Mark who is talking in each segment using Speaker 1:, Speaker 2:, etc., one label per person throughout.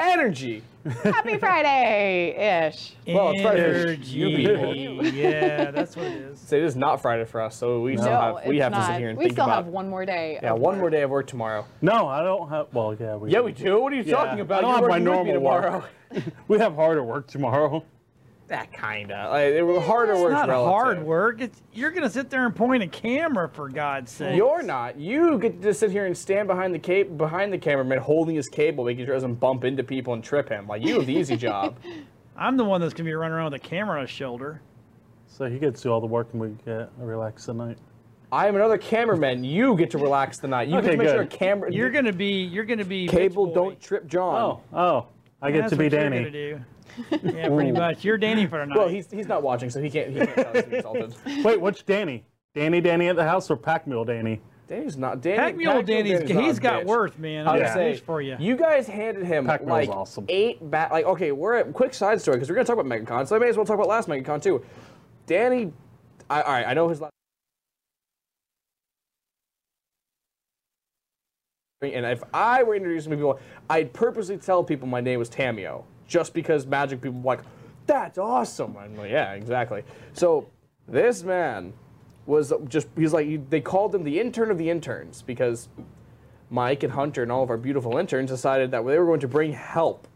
Speaker 1: energy.
Speaker 2: Happy Friday ish.
Speaker 1: Well, it's Friday for you
Speaker 3: Energy.
Speaker 1: people.
Speaker 3: yeah, that's what it is.
Speaker 1: So it is not Friday for us, so we still
Speaker 2: No,
Speaker 1: have we
Speaker 2: it's
Speaker 1: have to sit
Speaker 2: not.
Speaker 1: here and
Speaker 2: we
Speaker 1: think
Speaker 2: still
Speaker 1: about.
Speaker 2: have one more day.
Speaker 1: yeah,
Speaker 2: of
Speaker 1: one
Speaker 2: work.
Speaker 1: more day of work tomorrow.
Speaker 4: No, I don't have. Well, yeah, we.
Speaker 1: Yeah, we do. What are you
Speaker 4: Yeah.
Speaker 1: talking about?
Speaker 4: I don't
Speaker 1: You're
Speaker 4: have my
Speaker 1: working with me
Speaker 4: normal
Speaker 1: tomorrow.
Speaker 4: work. We have harder work tomorrow.
Speaker 1: that kinda. Like, it was harder work.
Speaker 3: It's not hard work. It's, you're gonna sit there and point a camera for God's sake.
Speaker 1: You're not. You get to just sit here and stand behind the cape behind the cameraman, holding his cable, making sure he doesn't bump into people and trip him. Like you have the easy job.
Speaker 3: I'm the one that's gonna be running around with a camera on his shoulder.
Speaker 4: So he gets to do all the work and we get a relax the night.
Speaker 1: I am another cameraman. You get to relax the night. You get
Speaker 4: Okay,
Speaker 1: to make sure a
Speaker 4: good.
Speaker 1: camera.
Speaker 3: You're gonna be. You're gonna be. bitch
Speaker 1: cable.
Speaker 3: boy.
Speaker 1: Don't trip John.
Speaker 4: Oh, oh, I get
Speaker 3: That's
Speaker 4: to be
Speaker 3: what you're
Speaker 4: Danny.
Speaker 3: gonna do. Yeah, pretty much. You're Danny for tonight.
Speaker 1: Well, he's he's not watching, so he can't. He can't tell us he's insulted.
Speaker 4: Wait, which Danny? Danny, Danny at the house or Pack Mule Danny?
Speaker 1: Danny's not. Danny.
Speaker 3: Pack Mule
Speaker 1: Pack
Speaker 3: Danny's.
Speaker 1: not
Speaker 3: He's
Speaker 1: a
Speaker 3: got
Speaker 1: bitch.
Speaker 3: worth, man.
Speaker 1: I
Speaker 3: I'm
Speaker 1: was
Speaker 4: Yeah.
Speaker 3: yeah.
Speaker 1: saying,
Speaker 3: for you.
Speaker 1: You guys handed him
Speaker 4: Pac-Man's
Speaker 1: like
Speaker 4: awesome.
Speaker 1: eight bat. Like okay, we're at quick side story because we're gonna talk about MegaCon, so I may as well talk about last MegaCon too. Danny, I, all right, I know his last. And if I were introducing people, I'd purposely tell people my name was Tamio, just because magic people were like, that's awesome. I'm like, yeah, exactly. So this man was just, he's like, he- they called him the intern of the interns because Mike and Hunter and all of our beautiful interns decided that they were going to bring help,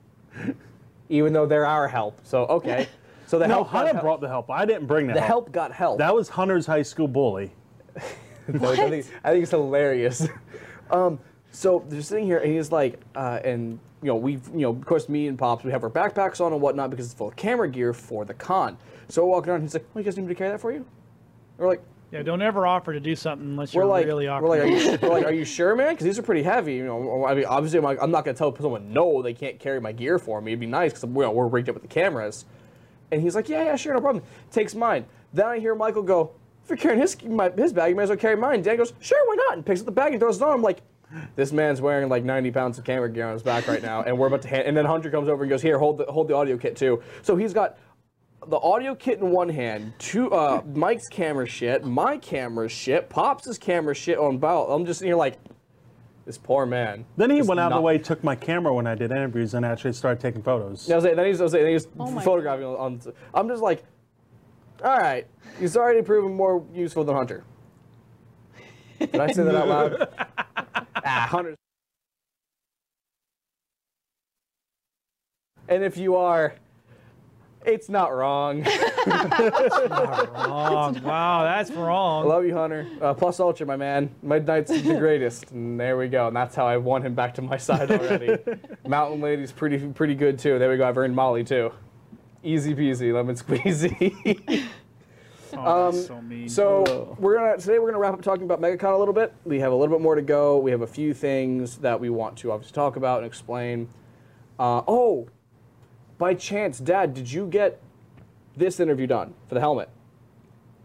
Speaker 1: even though they're our help. So okay, so the
Speaker 4: No,
Speaker 1: help got
Speaker 4: Hunter
Speaker 1: help.
Speaker 4: brought the help. I didn't bring the,
Speaker 1: the
Speaker 4: help.
Speaker 1: help got help.
Speaker 4: That was Hunter's high school bully.
Speaker 1: I think, I think it's hilarious. um, so they're sitting here, and he's like, uh, and you know, we've, you know, of course, me and Pops, we have our backpacks on and whatnot because it's full of camera gear for the con. So we're walking around, and he's like, "Oh, you guys need me to carry that for you?" And we're like,
Speaker 3: Yeah, don't ever offer to do something unless
Speaker 1: we're
Speaker 3: you're
Speaker 1: like,
Speaker 3: really
Speaker 1: we're like,
Speaker 3: awkward.
Speaker 1: are you, we're like, are you sure, man? Because these are pretty heavy. You know, I mean, obviously, I'm, like, I'm not gonna tell someone no, they can't carry my gear for me. It'd be nice because we're, we're rigged up with the cameras. And he's like, yeah, yeah, sure, no problem. Takes mine. Then I hear Michael go, if you're carrying his my, his bag, you might as well carry mine. Dan goes, sure, why not? And picks up the bag and throws it on. I'm like, this man's wearing like 90 pounds of camera gear on his back right now, and we're about to hand. And then Hunter comes over and goes, here, hold the hold the audio kit too. So he's got the audio kit in one hand, two uh, Mike's camera shit, my camera shit, Pops' camera shit on bow. I'm just sitting here like, this poor man.
Speaker 4: Then he
Speaker 1: Just
Speaker 4: went out of the
Speaker 1: not-
Speaker 4: way, took my camera when I did interviews, and actually started taking photos.
Speaker 1: I was like, then he's, I was like, then he's
Speaker 2: my
Speaker 1: photographing on, on- I'm just like, all right, he's already proven more useful than Hunter. Did I say that out loud? ah, Hunter's. And if you are, it's not wrong.
Speaker 3: Wrong. wow, that's wrong.
Speaker 1: I love you, Hunter. Uh, plus Ultra, my man. Midnight's the greatest. And there we go. And that's how I won him back to my side already. Mountain Lady's pretty pretty good too. There we go. I've earned Molly too. Easy peasy, lemon squeezy. Um,
Speaker 3: Oh, that's so mean.
Speaker 1: so we're gonna today we're gonna wrap up talking about MegaCon a little bit. We have a little bit more to go. We have a few things that we want to obviously talk about and explain. Uh, oh, by chance, Dad, did you get this interview done for the helmet?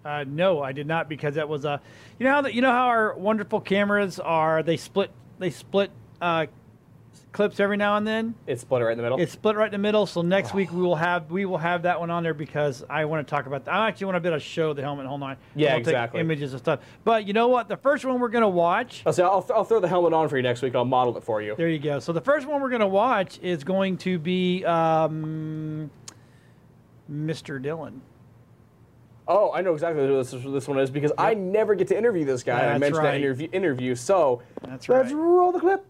Speaker 3: Uh, no, I did not because that was a. You know how the, you know how our wonderful cameras are. They split. They split uh, clips every now and then.
Speaker 1: It's split right in the middle.
Speaker 3: It's split right in the middle. So next week we will have we will have that one on there because I want to talk about. that. I actually want to be able to show the helmet. Hold on.
Speaker 1: Yeah,
Speaker 3: I wanna take
Speaker 1: exactly.
Speaker 3: Images and stuff. But you know what? The first one we're gonna watch.
Speaker 1: I'll, say, I'll, I'll throw the helmet on for you next week. I'll model it for you.
Speaker 3: There you go. So the first one we're gonna watch is going to be um, Mr. Dillon.
Speaker 1: Oh, I know exactly who this, who this one is because I never get to interview this guy. and I
Speaker 3: That's
Speaker 1: mentioned that
Speaker 3: right.
Speaker 1: interview, interview. So
Speaker 3: That's
Speaker 1: let's
Speaker 3: right.
Speaker 1: roll the clip.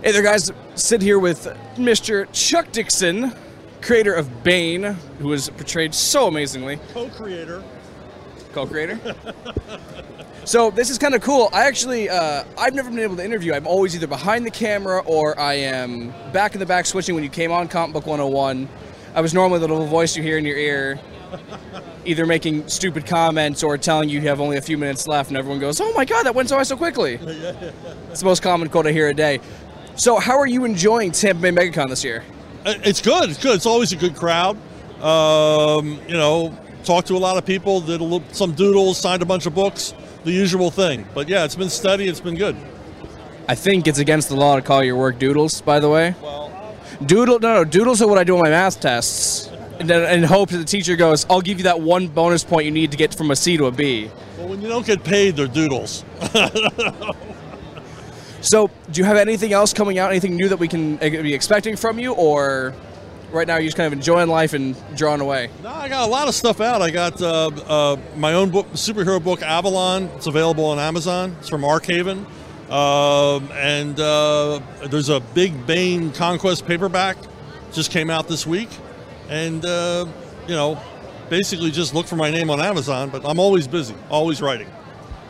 Speaker 5: Hey there, guys. Sit here with Mr. Chuck Dixon, creator of Bane, who was portrayed so amazingly.
Speaker 6: co-creator.
Speaker 5: Co-creator.
Speaker 6: Uh,
Speaker 5: so this is kind of cool. I actually, uh, I've never been able to interview. I'm always either behind the camera or I am back in the back switching. When you came on Comic Book 101, I was normally the little voice you hear in your ear, either making stupid comments or telling you you have only a few minutes left, and everyone goes, "Oh my God, that went so by so quickly." it's the most common quote I hear a day. So, how are you enjoying Tampa Bay MegaCon this year?
Speaker 6: I- It's good. It's good. It's always a good crowd. Um, you know, talked to a lot of people, did a little, some doodles, signed a bunch of books, the usual thing. But yeah, it's been steady. It's been good.
Speaker 5: I think it's against the law to call your work doodles, by the way. Well, doodle, no, no, doodles are what I do on my math tests. And, then, and hope that the teacher goes, I'll give you that one bonus point you need to get from a C to a B.
Speaker 6: Well, when you don't get paid, they're doodles.
Speaker 5: So, do you have anything else coming out? Anything new that we can uh, be expecting from you, or right now you're just kind of enjoying life and drawing away?
Speaker 6: No, I got a lot of stuff out. I got uh, uh, my own book, superhero book, Avalon. It's available on Amazon. It's from Arkhaven. Um, and uh, there's a big Bane Conquest paperback. Just came out this week. And, uh, you know, basically just look for my name on Amazon. But I'm always busy, always writing.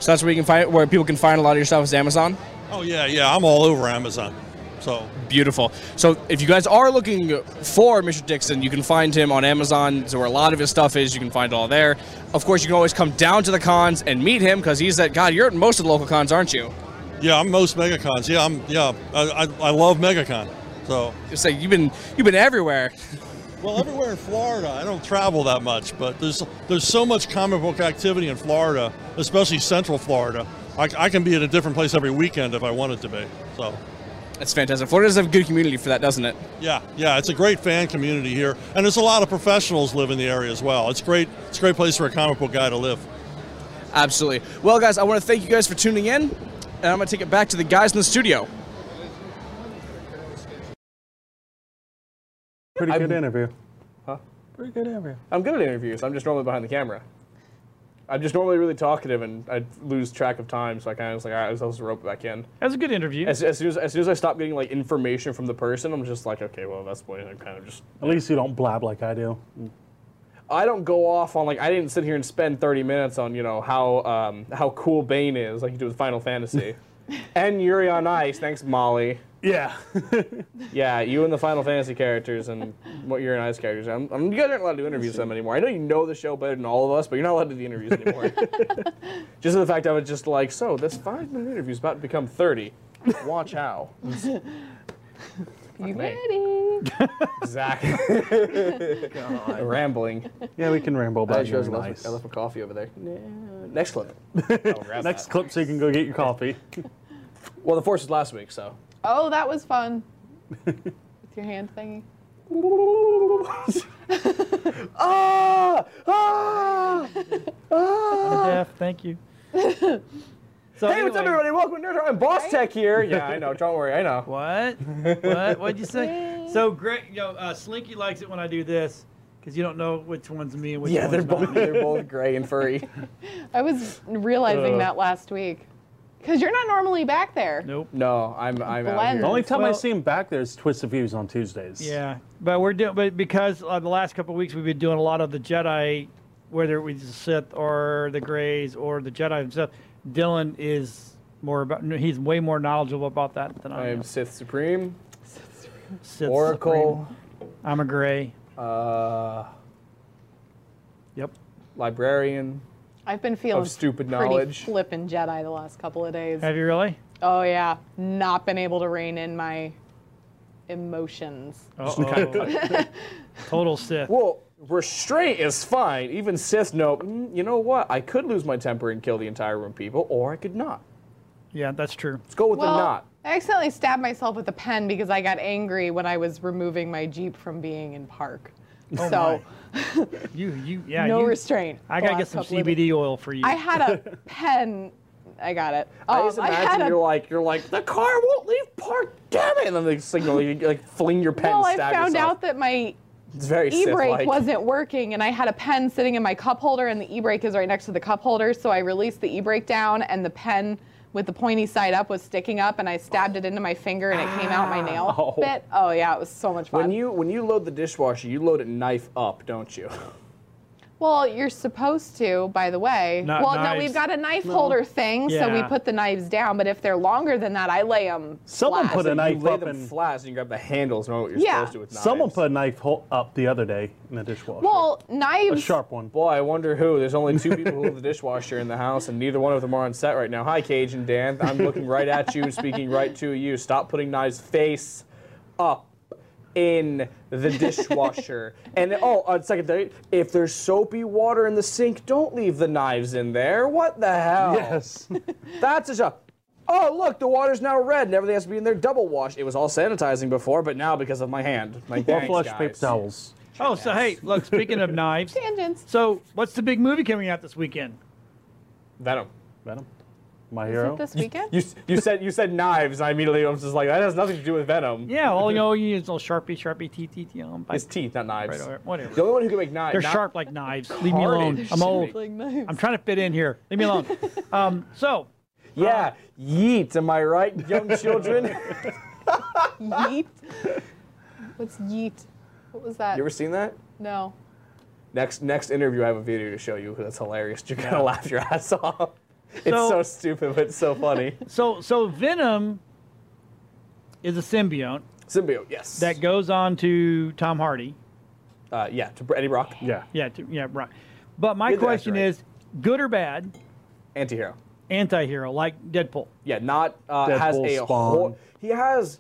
Speaker 5: So that's where you can find where people can find a lot of your stuff is Amazon.
Speaker 6: Oh, yeah, yeah. I'm all over Amazon. So
Speaker 5: Beautiful. So if you guys are looking for Mr. Dixon, you can find him on Amazon. So where a lot of his stuff is, you can find it all there. Of course, you can always come down to the cons and meet him because he's at God. You're at most of the local cons, aren't you?
Speaker 6: Yeah, I'm most MegaCons. Yeah, I'm. Yeah, I, I, I love MegaCon. So,
Speaker 5: It's like you've been you've been everywhere.
Speaker 6: well, everywhere in Florida, I don't travel that much, but there's there's so much comic book activity in Florida, especially Central Florida. I, I can be at a different place every weekend if I wanted to be. So,
Speaker 5: That's fantastic. Florida does have a good community for that, doesn't it?
Speaker 6: yeah, yeah, it's a great fan community here, and there's a lot of professionals live in the area as well. It's great. It's a great place for a comic book guy to live.
Speaker 5: Absolutely. Well, guys, I want to thank you guys for tuning in, and I'm going to take it back to the guys in the studio.
Speaker 4: Pretty
Speaker 1: I'm-
Speaker 4: good interview.
Speaker 1: Pretty good interview. I'm good at interviews. I'm just normally behind the camera. I'm just normally really talkative, and I lose track of time. So I kind of was like, all right, I'll just rope it back in.
Speaker 3: That was a good interview.
Speaker 1: As, as soon as as soon as I stop getting like information from the person, I'm just like, okay, well, that's what I'm kind of just.
Speaker 4: At least you don't blab like I do.
Speaker 1: I don't go off on like I didn't sit here and spend 30 minutes on you know how um, how cool Bane is like you do with Final Fantasy, and Yuri on Ice. Thanks, Molly.
Speaker 4: Yeah.
Speaker 1: Yeah, you and the Final Fantasy characters and what Yuri on Ice characters. I'm, I'm, you guys aren't allowed to do interviews with them anymore. I know you know the show better than all of us, but you're not allowed to do interviews anymore. just the fact I was just like, so this five minute interview is about to become 30. Watch how.
Speaker 2: You
Speaker 1: me.
Speaker 2: ready?
Speaker 1: Exactly. Rambling.
Speaker 4: yeah, we can ramble
Speaker 1: I,
Speaker 4: about your
Speaker 1: just left,
Speaker 4: nice.
Speaker 1: I left my coffee over there. Next clip.
Speaker 4: Next clip so you can go get your coffee.
Speaker 1: Well, the force was last week, so.
Speaker 2: Oh, that was fun. With your hand thingy.
Speaker 1: ah! Ah!
Speaker 3: Jeff, thank you. so
Speaker 1: Hey, what's up,
Speaker 3: anyway-
Speaker 1: everybody? Welcome to Nerd Talk. I'm Boss Tech here. Yeah, I know. Don't worry. I know.
Speaker 3: What? what? What'd you say? so Greg, you know, uh, Slinky likes it when I do this because you don't know which one's me and which
Speaker 1: Yeah,
Speaker 3: one's
Speaker 1: they're
Speaker 3: not
Speaker 1: both
Speaker 3: me.
Speaker 1: they're both gray and furry.
Speaker 2: I was realizing
Speaker 4: Uh.
Speaker 2: that last week. Because you're not normally back there.
Speaker 3: Nope.
Speaker 1: No, I'm I'm out
Speaker 2: Blend.
Speaker 1: here.
Speaker 4: The only time I
Speaker 3: Well-
Speaker 4: see him back there is Twisted Views on Tuesdays.
Speaker 3: Yeah, but we're doing, but because uh, the last couple of weeks we've been doing a lot of the Jedi, whether it was the Sith or the Greys or the Jedi himself. Dylan is more about. He's way more knowledgeable about that than I
Speaker 1: I'm
Speaker 3: am.
Speaker 1: Sith Supreme,
Speaker 3: Sith
Speaker 1: Oracle,
Speaker 3: Supreme. I'm a Grey.
Speaker 1: uh,
Speaker 3: Yep.
Speaker 1: Librarian.
Speaker 2: I've been feeling
Speaker 1: Of stupid
Speaker 2: pretty
Speaker 1: knowledge.
Speaker 2: flippin' Jedi the last couple of days.
Speaker 3: Have you really?
Speaker 2: Oh yeah, not been able to rein in my emotions.
Speaker 3: Uh-oh. Total Sith.
Speaker 1: Well, restraint is fine. Even Sith know. "Mm, You know what? I could lose my temper and kill the entire room of people, or I could not.
Speaker 3: Yeah, that's true.
Speaker 1: Let's go with
Speaker 2: Well,
Speaker 1: the not.
Speaker 2: I accidentally stabbed myself with a pen because I got angry when I was removing my Jeep from being in park.
Speaker 1: Oh
Speaker 2: so
Speaker 3: Oh You, you, yeah.
Speaker 2: no
Speaker 3: you,
Speaker 2: restraint.
Speaker 3: I
Speaker 2: the
Speaker 3: gotta
Speaker 2: last
Speaker 3: get some
Speaker 2: couple of days.
Speaker 3: CBD oil for you.
Speaker 2: I had a pen. I got it.
Speaker 1: I
Speaker 2: Um,
Speaker 1: just
Speaker 2: I had
Speaker 1: imagine
Speaker 2: a-
Speaker 1: you're like you're like the car won't leave park. Damn it! And then they signal you like fling your pen.
Speaker 2: well,
Speaker 1: and
Speaker 2: I
Speaker 1: stab
Speaker 2: found
Speaker 1: yourself.
Speaker 2: out that my
Speaker 1: it's very
Speaker 2: e-brake
Speaker 1: Sith-like.
Speaker 2: wasn't working and I had a pen sitting in my cup holder and the e-brake is right next to the cup holder so I released the e-brake down and the pen with the pointy side up was sticking up and I stabbed it into my finger and it came out my nail bit. Oh yeah, it was so much fun.
Speaker 1: When you when you load the dishwasher, you load it knife up, don't you?
Speaker 2: well, you're supposed to, by the way.
Speaker 3: Not
Speaker 2: well, no,
Speaker 3: knives.
Speaker 2: we've got a knife holder thing, so we
Speaker 3: Yeah.
Speaker 2: put the knives down, but if they're longer than that, I lay them
Speaker 4: Someone put a
Speaker 1: you
Speaker 4: knife
Speaker 1: lay
Speaker 4: up
Speaker 1: them
Speaker 4: and
Speaker 1: flat and you grab the handles. Know what you're
Speaker 2: Yeah.
Speaker 1: supposed to with knives.
Speaker 4: someone put a knife hole up the other day in the dishwasher.
Speaker 2: Well,
Speaker 4: a
Speaker 2: knives
Speaker 4: sharp one.
Speaker 1: Um, Boy, I wonder who. There's only two people who have the dishwasher in the house, and neither one of them are on set right now. Hi, Cage and Dan. I'm looking right at you and speaking right to you. Stop putting knives face up in the dishwasher. and oh, on second date, if there's soapy water in the sink, don't leave the knives in there. What the hell?
Speaker 4: Yes.
Speaker 1: That's a job. Oh, look, the water's now red and everything has to be in there double washed. It was all sanitizing before, but now because of my hand. Like,
Speaker 4: Or
Speaker 1: thanks,
Speaker 4: flush
Speaker 1: guys.
Speaker 4: paper towels.
Speaker 3: oh, so hey, look. Speaking of knives,
Speaker 2: tangents.
Speaker 3: so what's the big movie coming out this weekend?
Speaker 1: Venom.
Speaker 4: Venom. My
Speaker 2: Is
Speaker 4: hero.
Speaker 2: it this weekend?
Speaker 1: You, you said you said knives. And I immediately was just like that has nothing to do with Venom.
Speaker 3: Yeah, well, you know, you use little sharpie, sharpie, T, T, T, um,
Speaker 1: It's teeth, not knives.
Speaker 3: right,
Speaker 1: The
Speaker 3: or whatever.
Speaker 1: only one who can make knives.
Speaker 3: They're sharp like knives. Leave me alone.
Speaker 1: Carnage.
Speaker 3: I'm old.
Speaker 2: Like knives.
Speaker 3: I'm trying to fit in here. Leave me alone. Um, so, uh,
Speaker 1: Yeah, yeet. Am I right, young children? you
Speaker 2: yeet. What's yeet? What was that?
Speaker 1: ever seen that?
Speaker 2: no.
Speaker 1: Next next interview, I have a video to show you because that's hilarious. You're gonna laugh your ass off. It's
Speaker 3: So-
Speaker 1: so, stupid, but it's so funny.
Speaker 3: so, so Venom is a symbiote
Speaker 1: Symbiote, yes.
Speaker 3: that goes on to Tom Hardy.
Speaker 1: uh, yeah, to Eddie Brock,
Speaker 4: yeah.
Speaker 3: Yeah, to, yeah, right. But my
Speaker 1: Get the actor
Speaker 3: question
Speaker 1: right.
Speaker 3: is, good or bad?
Speaker 1: antihero.
Speaker 3: Anti-hero like Deadpool.
Speaker 1: Yeah, not uh,
Speaker 4: Deadpool,
Speaker 1: has a
Speaker 4: Spawn.
Speaker 1: whole. He has.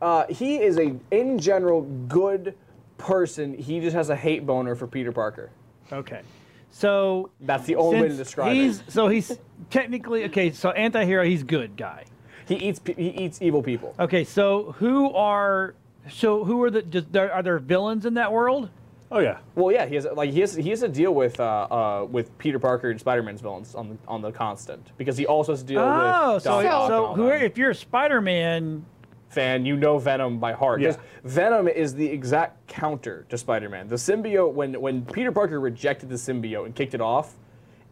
Speaker 1: Uh, he is a in general good person. He just has a hate boner for Peter Parker.
Speaker 3: Okay. So
Speaker 1: That's the only way to
Speaker 3: since
Speaker 1: describe
Speaker 3: he's,
Speaker 1: it.
Speaker 3: So he's technically okay. So anti-hero, he's good guy.
Speaker 1: He eats pe- he eats evil people.
Speaker 3: Okay. So who are so who are the just, there, are there villains in that world?
Speaker 4: Oh yeah.
Speaker 1: Well, yeah, he has like he has he has to deal with uh, uh, with Peter Parker and Spider Man's villains on the, on the constant because he also has to deal
Speaker 3: Oh,
Speaker 1: with
Speaker 3: so
Speaker 1: Doc
Speaker 2: So-
Speaker 1: Ock and
Speaker 3: so
Speaker 1: all
Speaker 3: who
Speaker 1: them.
Speaker 3: are, if you're a Spider-Man,
Speaker 1: fan, you know Venom by heart.
Speaker 4: Yeah.
Speaker 1: 'Cause Venom is the exact counter to Spider-Man. The symbiote, when when Peter Parker rejected the symbiote and kicked it off,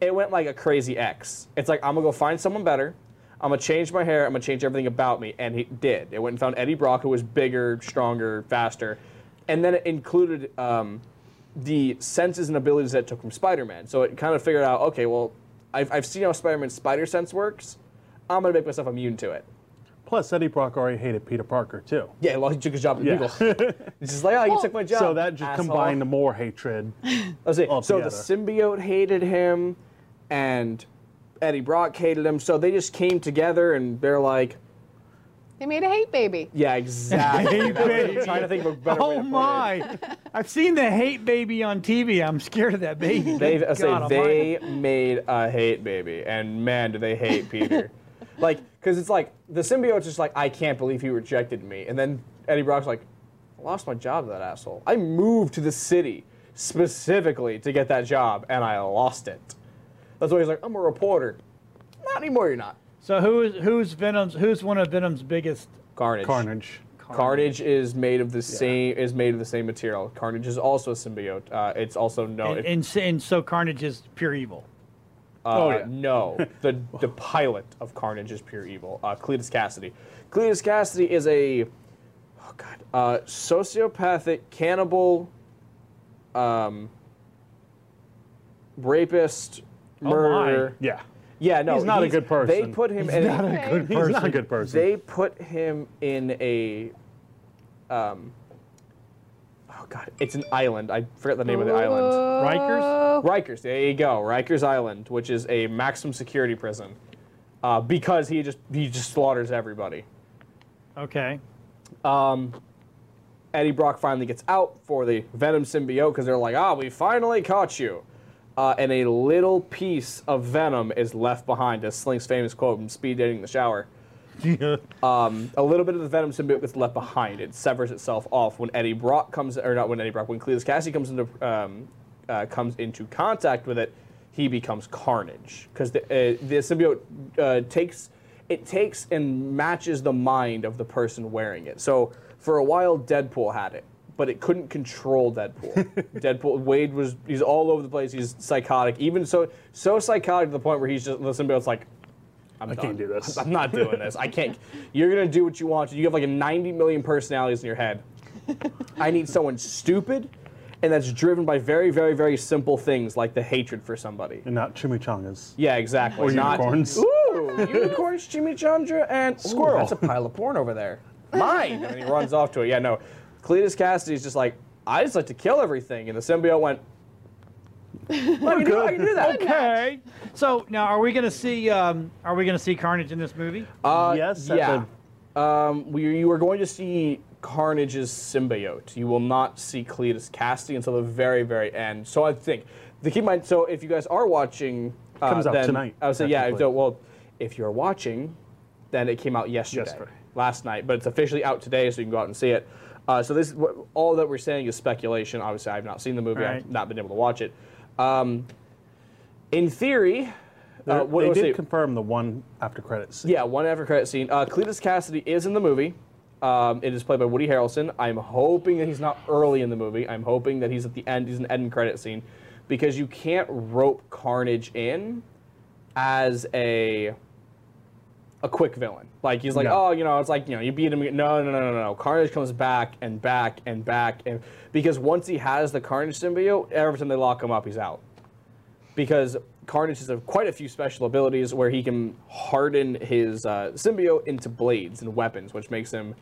Speaker 1: it went like a crazy X. It's like I'm gonna go find someone better. I'm gonna change my hair. I'm gonna change everything about me, and he did. It went and found Eddie Brock, who was bigger, stronger, faster, and then it included um, the senses and abilities that it took from Spider-Man. So it kind of figured out, okay, well, I've, I've seen how Spider-Man's spider sense works. I'm gonna make myself immune to it.
Speaker 4: Plus, Eddie Brock already hated Peter Parker too.
Speaker 1: Yeah, well, he took his job at
Speaker 4: Yeah.
Speaker 1: Google. It's just like, oh, you took my job.
Speaker 4: So that just
Speaker 1: asshole.
Speaker 4: combined more hatred.
Speaker 1: Let's see. So the
Speaker 4: altogether.
Speaker 1: symbiote hated him, and Eddie Brock hated him. So they just came together, and they're like,
Speaker 2: They made a hate baby.
Speaker 1: yeah, exactly. That was- I'm trying to think of a better way to
Speaker 3: oh
Speaker 1: put it.
Speaker 3: my! I've seen the hate baby on TV. I'm scared of that baby.
Speaker 1: They I say
Speaker 3: God
Speaker 1: they
Speaker 3: almighty.
Speaker 1: made a hate baby, and man, do they hate Peter. like, because it's like the symbiote's just like, I can't believe he rejected me, and then Eddie Brock's like, I lost my job to that asshole. I moved to the city specifically to get that job, and I lost it. That's why he's like, I'm a reporter. Not anymore. You're not.
Speaker 3: So who is who's Venom's? Who's one of Venom's biggest?
Speaker 1: Carnage.
Speaker 4: Carnage.
Speaker 1: Carnage is made of the same is made of the same material. Carnage is also a symbiote. Uh, it's also known.
Speaker 3: And, and, and so Carnage is pure evil.
Speaker 1: oh,
Speaker 4: yeah.
Speaker 1: No, the the pilot of Carnage is pure evil. Uh, Cletus Cassidy. Cletus Cassidy is a oh god, uh, sociopathic cannibal, um, rapist,
Speaker 3: my.
Speaker 1: murderer.
Speaker 4: Oh, Yeah.
Speaker 1: yeah, no,
Speaker 4: He's not a good person.
Speaker 1: They put him
Speaker 4: He's
Speaker 1: in
Speaker 4: not a good person. He's not a good person.
Speaker 1: they put him in a um oh god it's an island i forgot the name of the island
Speaker 3: Rikers?
Speaker 1: rikers there you go rikers island which is a maximum security prison uh, because he just he just slaughters everybody
Speaker 3: Okay.
Speaker 1: Um, eddie brock finally gets out for the venom symbiote because they're like ah we finally caught you uh, and a little piece of venom is left behind as sling's famous quote from speed dating in the shower Um, a little bit of the Venom symbiote gets left behind. It severs itself off when Eddie Brock comes, or not when Eddie Brock, when Cletus Cassidy comes into um, uh, comes into contact with it, he becomes Carnage because the, uh, the symbiote uh, takes it takes and matches the mind of the person wearing it. So for a while, Deadpool had it, but it couldn't control Deadpool. Deadpool Wade was he's all over the place. He's psychotic, even so so psychotic to the point where he's just the symbiote's like. I'm
Speaker 4: I can't
Speaker 1: done.
Speaker 4: do this.
Speaker 1: I'm not doing this. I can't. You're gonna do what you want. to. You have like 90 million personalities in your head. I need someone stupid, and that's driven by very, very, very simple things like the hatred for somebody.
Speaker 4: And not chimichangas.
Speaker 1: Yeah, exactly.
Speaker 4: Or
Speaker 1: Not-
Speaker 4: unicorns.
Speaker 1: Ooh, unicorns, chimichanga, and squirrel.
Speaker 4: that's
Speaker 1: That's
Speaker 4: a
Speaker 1: a pile of porn over there. Mine. and he runs off to it. Yeah, no. Cletus Cassidy's just like, I just like to kill everything, and the symbiote went. I can, do, I can do that.
Speaker 3: Okay. So now, are we gonna see? Um, are we gonna see Carnage in this movie?
Speaker 4: yes. at
Speaker 1: Uh, Yeah.
Speaker 4: the-
Speaker 1: Um, we, you are going to see Carnage's symbiote. You will not see Cletus Cassidy until the very, very end. So I think, the keep in mind, so if you guys are watching. Uh,
Speaker 4: Comes out
Speaker 1: then-
Speaker 4: tonight,
Speaker 1: I would say, yeah,
Speaker 4: technically.
Speaker 1: so, well, if you're watching, then it came out yesterday,
Speaker 4: Yesterday.
Speaker 1: last night, but it's officially out today, so you can go out and see it. Uh, so this, wh- all that we're saying is speculation. Obviously, I've not seen the movie.
Speaker 3: Right.
Speaker 1: I've not been able to watch it. Um, in theory, Uh, what
Speaker 4: they
Speaker 1: was
Speaker 4: did
Speaker 1: it?
Speaker 4: confirm the one after credits.
Speaker 1: Yeah, one after credit scene. Uh, Cletus Cassidy is in the movie. Um, it is played by Woody Harrelson. I'm hoping that he's not early in the movie. I'm hoping that he's at the end. He's an end credit scene because you can't rope Carnage in as a a quick villain. Like he's like,
Speaker 4: No.
Speaker 1: oh, you know, it's like you know, you beat him. No, no, no, no, no. Carnage comes back and back and back and because once he has the Carnage symbiote, every time they lock him up, he's out because Carnage has a, quite a few special abilities where he can harden his uh, symbiote into blades and weapons, which makes him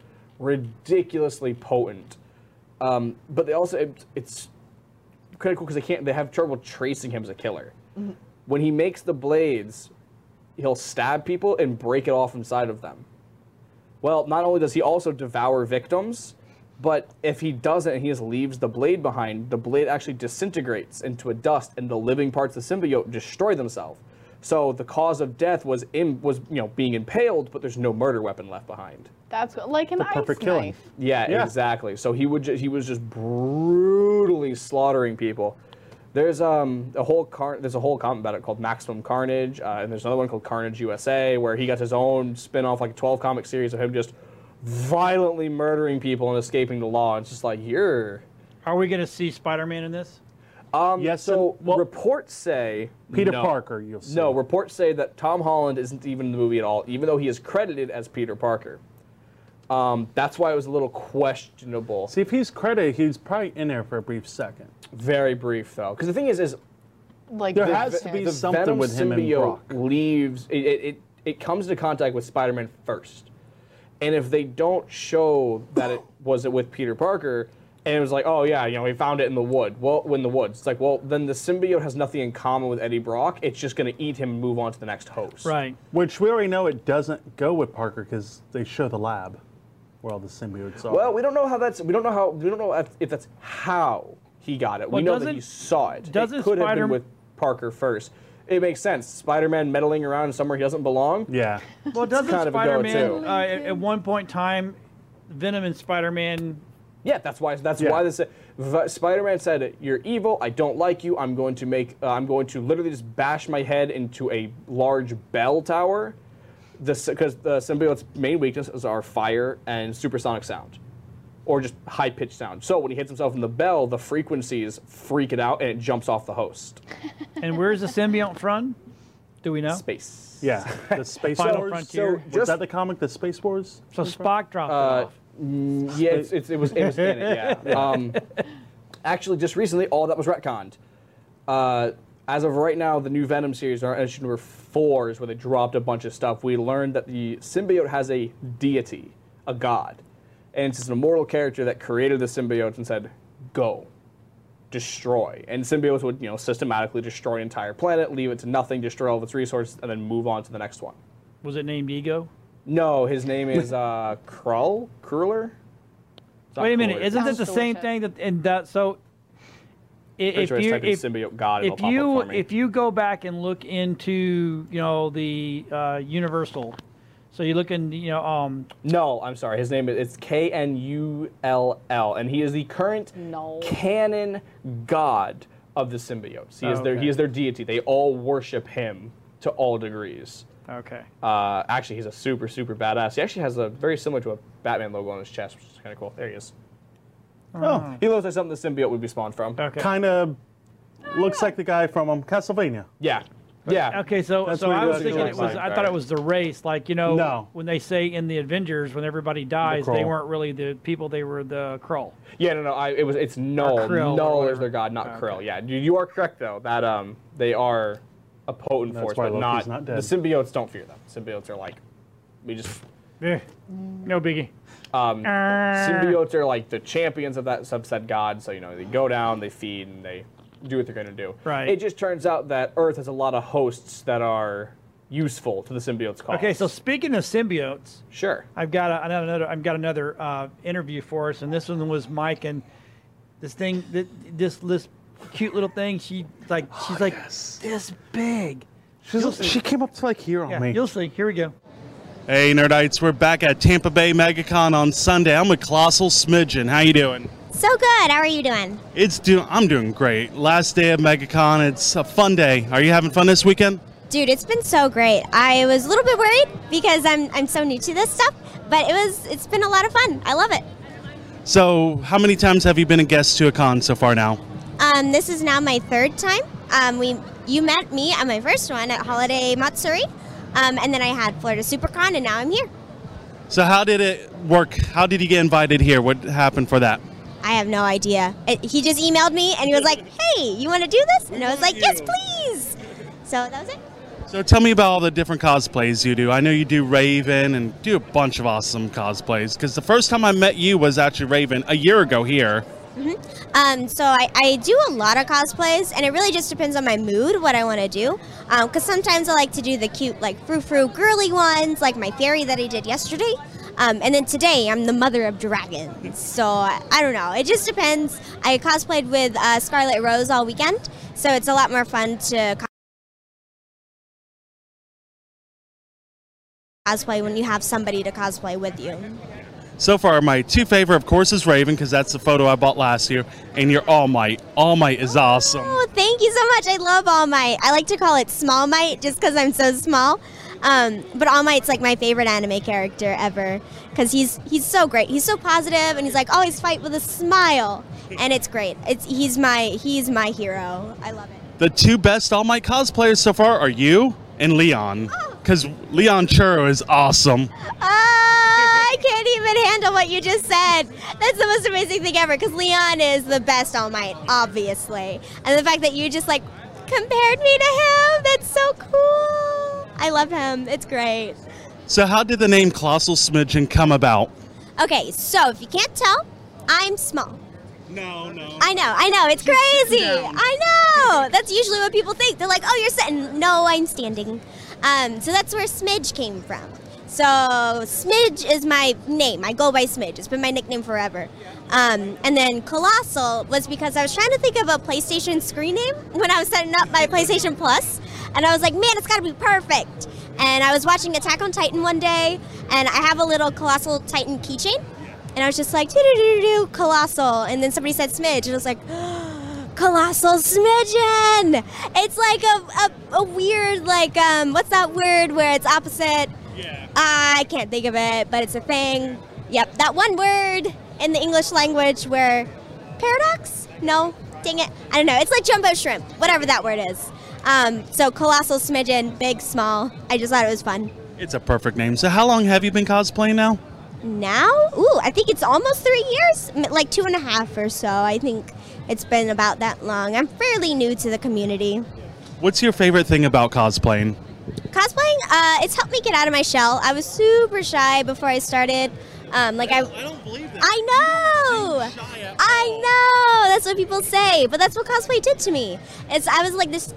Speaker 1: ridiculously potent. Um, but they also it, it's critical because they can't they have trouble tracing him as a killer. When he makes the blades, he'll stab people and break it off inside of them. Well, not only does he also devour victims, but if he doesn't and he just leaves the blade behind, the blade actually disintegrates into a dust and the living parts of the symbiote destroy themselves. So the cause of death was in, was you know being impaled, but there's no murder weapon left behind.
Speaker 2: That's what, like an ice
Speaker 4: perfect
Speaker 2: knife.
Speaker 4: killing.
Speaker 1: Yeah,
Speaker 4: Yeah.
Speaker 1: exactly. So he would ju- he was just brutally slaughtering people. There's um a whole car there's a whole comment about it called Maximum Carnage, uh, and there's another one called Carnage USA where he got his own spin-off like 12 comic series of him just violently murdering people and escaping the law. It's just like you're
Speaker 3: Are we going to see Spider-Man in this?
Speaker 1: um
Speaker 4: Yes,
Speaker 1: so
Speaker 4: and- well-
Speaker 1: reports say
Speaker 4: Peter
Speaker 1: no.
Speaker 4: Parker, you'll see.
Speaker 1: No, reports say that Tom Holland isn't even in the movie at all, even though he is credited as Peter Parker. Um, that's why it was a little questionable.
Speaker 4: See if he's credited, he's probably in there for a brief second.
Speaker 1: Very brief though, because the thing is, is
Speaker 2: Like
Speaker 4: There
Speaker 2: the
Speaker 4: has to
Speaker 2: Venom.
Speaker 4: be
Speaker 1: the
Speaker 4: something
Speaker 1: Venom
Speaker 4: with him and
Speaker 1: symbiote
Speaker 4: Brock.
Speaker 1: leaves. It, it, it it comes into contact with Spider-Man first, and if they don't show that it was it with Peter Parker, and it was like, oh yeah, you know, we found it in the wood. Well, in the woods, it's like, well, then the symbiote has nothing in common with Eddie Brock. It's just going to eat him and move on to the next host.
Speaker 3: Right.
Speaker 4: Which we already know it doesn't go with Parker because they show the lab where all the symbiotes are.
Speaker 1: Well, we don't know how that's. We don't know how. We don't know if, if that's how he got it.
Speaker 3: Well,
Speaker 1: we know that he
Speaker 3: doesn't-
Speaker 1: saw it.
Speaker 3: doesn't
Speaker 1: it could have
Speaker 3: Spider-
Speaker 1: been with Parker first. It makes sense. Spider-Man meddling around somewhere he doesn't belong.
Speaker 4: yeah.
Speaker 3: Well, doesn't
Speaker 1: kind of a go-to.
Speaker 3: Spider-Man uh, at, at one point in time, Venom and Spider-Man?
Speaker 1: Yeah, that's why. That's
Speaker 4: Yeah.
Speaker 1: why this. V- Spider-Man said, "You're evil. I don't like you. I'm going to make. Uh, I'm going to literally just bash my head into a large bell tower." This because the symbiote's main weaknesses are fire and supersonic sound, or just high-pitched sound. So when he hits himself in the bell, the frequencies freak it out and it jumps off the host.
Speaker 3: And where's the symbiote from? Do we know?
Speaker 1: Space.
Speaker 4: Yeah. The Space
Speaker 3: Final
Speaker 4: Wars.
Speaker 3: Frontier.
Speaker 1: so-
Speaker 4: was
Speaker 1: Just-
Speaker 4: that the comic, The Space Wars?
Speaker 3: So Spock dropped it
Speaker 1: Uh,
Speaker 3: off.
Speaker 1: mm, yeah, it's, it's, it was it was in it. Yeah. Um, actually, just recently, all that was retconned. Uh, as of right now, the new Venom series, our issue number four, is where they dropped a bunch of stuff. We learned that the symbiote has a deity, a god, and it's an immortal character that created the symbiote and said, "Go." Destroy and symbiotes would, you know, systematically destroy an entire planet, leave it to nothing, destroy all of its resources, and then move on to the next one.
Speaker 3: Was it named Ego?
Speaker 1: No, his name is uh, Krull. Kruller. It's not
Speaker 3: Wait a minute,
Speaker 1: Kruller.
Speaker 3: isn't
Speaker 2: Sounds
Speaker 3: this the same
Speaker 2: delicious.
Speaker 3: thing that and that so? i-
Speaker 1: Pretty
Speaker 3: If
Speaker 1: sure I just
Speaker 3: you
Speaker 1: typed in
Speaker 3: if,
Speaker 1: symbiote god, it'll
Speaker 3: if
Speaker 1: pop up
Speaker 3: you
Speaker 1: for me.
Speaker 3: if you go back and look into you know the uh, Universal, so you look in you know um
Speaker 1: No, I'm sorry. His name is it's K N U L L, and he is the current
Speaker 2: No.
Speaker 1: canon god of the symbiotes. He is their
Speaker 3: Okay.
Speaker 1: he is their deity. They all worship him to all degrees.
Speaker 3: okay
Speaker 1: Uh, actually, he's a super super badass. He actually has a very similar to a Batman logo on his chest, which is kind of cool. There he is.
Speaker 4: Oh.
Speaker 1: He looks like something the symbiote would be spawned from.
Speaker 3: okay
Speaker 4: Kind of looks like the guy from um, Castlevania.
Speaker 1: Yeah. Yeah.
Speaker 3: okay so
Speaker 4: That's
Speaker 3: so
Speaker 4: what
Speaker 3: I
Speaker 4: it
Speaker 3: was
Speaker 4: was
Speaker 3: thinking
Speaker 4: going
Speaker 3: it was
Speaker 1: on.
Speaker 3: I thought it was the race like you know
Speaker 4: No.
Speaker 3: when they say in the Avengers when everybody dies they
Speaker 4: Kree.
Speaker 3: weren't really the people they were the Krull.
Speaker 1: Yeah, no, no. I, it was it's
Speaker 3: Or
Speaker 1: Null.
Speaker 3: Krill or
Speaker 1: Null
Speaker 3: whatever.
Speaker 1: is their god, not
Speaker 3: Okay.
Speaker 1: Krill. Yeah, you, you are correct though. That um, they are a potent
Speaker 4: That's
Speaker 1: force,
Speaker 4: why
Speaker 1: but
Speaker 4: Loki's
Speaker 1: not,
Speaker 4: not
Speaker 1: the
Speaker 4: dead.
Speaker 1: symbiotes. Don't fear them. Symbiotes are like, we just
Speaker 3: Eh, no biggie.
Speaker 1: um,
Speaker 3: Ah.
Speaker 1: symbiotes are like the champions of that subset god. So you know they go down, they feed, and they do what they're gonna do.
Speaker 3: Right.
Speaker 1: It just turns out that Earth has a lot of hosts that are useful to the symbiotes' cause.
Speaker 3: Okay, so speaking of symbiotes.
Speaker 1: sure.
Speaker 3: I've got a, another. I've got another uh, interview for us, and this one was Mike and this thing. th- This this cute little thing. She like
Speaker 1: Oh,
Speaker 3: she's like this big.
Speaker 4: She's, she came up to like here on
Speaker 3: Yeah,
Speaker 4: me.
Speaker 3: you'll see. Here we go.
Speaker 7: Hey nerdites, we're back at Tampa Bay MegaCon on Sunday. I'm with Colossal Smidgen. How you doing?
Speaker 8: So good. How are you doing?
Speaker 7: It's do I'm doing great. Last day of MegaCon. It's a fun day. Are you having fun this weekend?
Speaker 8: Dude, it's been so great. I was a little bit worried because I'm I'm so new to this stuff, but it was it's been a lot of fun. I love it.
Speaker 7: So, how many times have you been a guest to a con so far now?
Speaker 8: Um, this is now my third time. Um, we you met me at my first one at Holiday Matsuri, um, and then I had Florida SuperCon, and now I'm here.
Speaker 7: So, how did it work? How did you get invited here? What happened for that?
Speaker 8: I have no idea. It, he just emailed me and he was like, "Hey, you want to do this?" And I was like, "Yes, please." So that was it.
Speaker 7: So, tell me about all the different cosplays you do. I know you do Raven and do a bunch of awesome cosplays because the first time I met you was actually Raven a year ago here.
Speaker 8: Um, so I, I do a lot of cosplays, and it really just depends on my mood, what I want to do. Because sometimes I like to do the cute, like frou frou girly ones, like my fairy that I did yesterday. Um, and then today I'm the mother of dragons. So I, I don't know. It just depends. I cosplayed with uh, Scarlet Rose all weekend, so it's a lot more fun to cos- cosplay when you have somebody to cosplay with you.
Speaker 7: So far, my two favorite, of course, is Raven because that's the photo I bought last year, and your All Might. All Might is awesome.
Speaker 8: Oh, thank you so much. I love All Might. I like to call it Small Might just because I'm so small. Um, but All Might's like my favorite anime character ever because he's he's so great. He's so positive and he's like always fight with a smile, and it's great. It's he's my he's my hero. I love it.
Speaker 7: The two best All Might cosplayers so far are you and Leon, because Leon Churro is awesome.
Speaker 8: Ah, I can't even handle what you just said. That's the most amazing thing ever because Leon is the best All Might, obviously. And the fact that you just like compared me to him, that's so cool. I love him. It's great.
Speaker 7: So, how did the name Colossal Smidgen come about?
Speaker 8: Okay, so if you can't tell, I'm small.
Speaker 7: No, no.
Speaker 8: I know, I know, it's crazy. I know. That's usually what people think. They're like, "Oh, you're sitting." No, I'm standing. Um, so that's where Smidge came from. So Smidge is my name. I go by Smidge. It's been my nickname forever. Um, and then Colossal was because I was trying to think of a PlayStation screen name when I was setting up my PlayStation Plus, and I was like, "Man, it's got to be perfect." And I was watching Attack on Titan one day, and I have a little Colossal Titan keychain. And I was just like, doo doo doo doo, colossal. And then somebody said smidge, and I was like, colossal smidgen. It's like a, a, a weird, like, um, what's that word where it's opposite? Yeah. I can't think of it, but it's a thing. Yep, that one word in the English language where paradox? No, dang it. I don't know. It's like jumbo shrimp, whatever that word is. Um, so colossal smidgen, big, small. I just thought it was fun.
Speaker 7: It's a perfect name. So, how long have you been cosplaying now?
Speaker 8: now ooh i think it's almost three years m- like two and a half or so i think it's been about that long i'm fairly new to the community
Speaker 7: What's your favorite thing about cosplaying?
Speaker 8: cosplaying uh, it's helped me get out of my shell i was super shy before i started um, like I,
Speaker 7: don't believe that.
Speaker 8: I know. I know. That's what people say, but that's what cosplay did to me. It's I was like this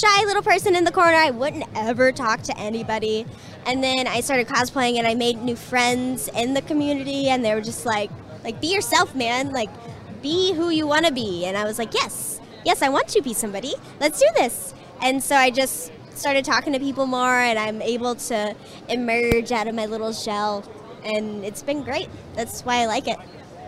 Speaker 8: shy little person in the corner. I wouldn't ever talk to anybody. And then I started cosplaying and I made new friends in the community and they were just like like be yourself, man. Like be who you want to be. And I was like, "Yes. Yes, I want to be somebody. Let's do this." And so I just started talking to people more and I'm able to emerge out of my little shell and it's been great. That's why I like it.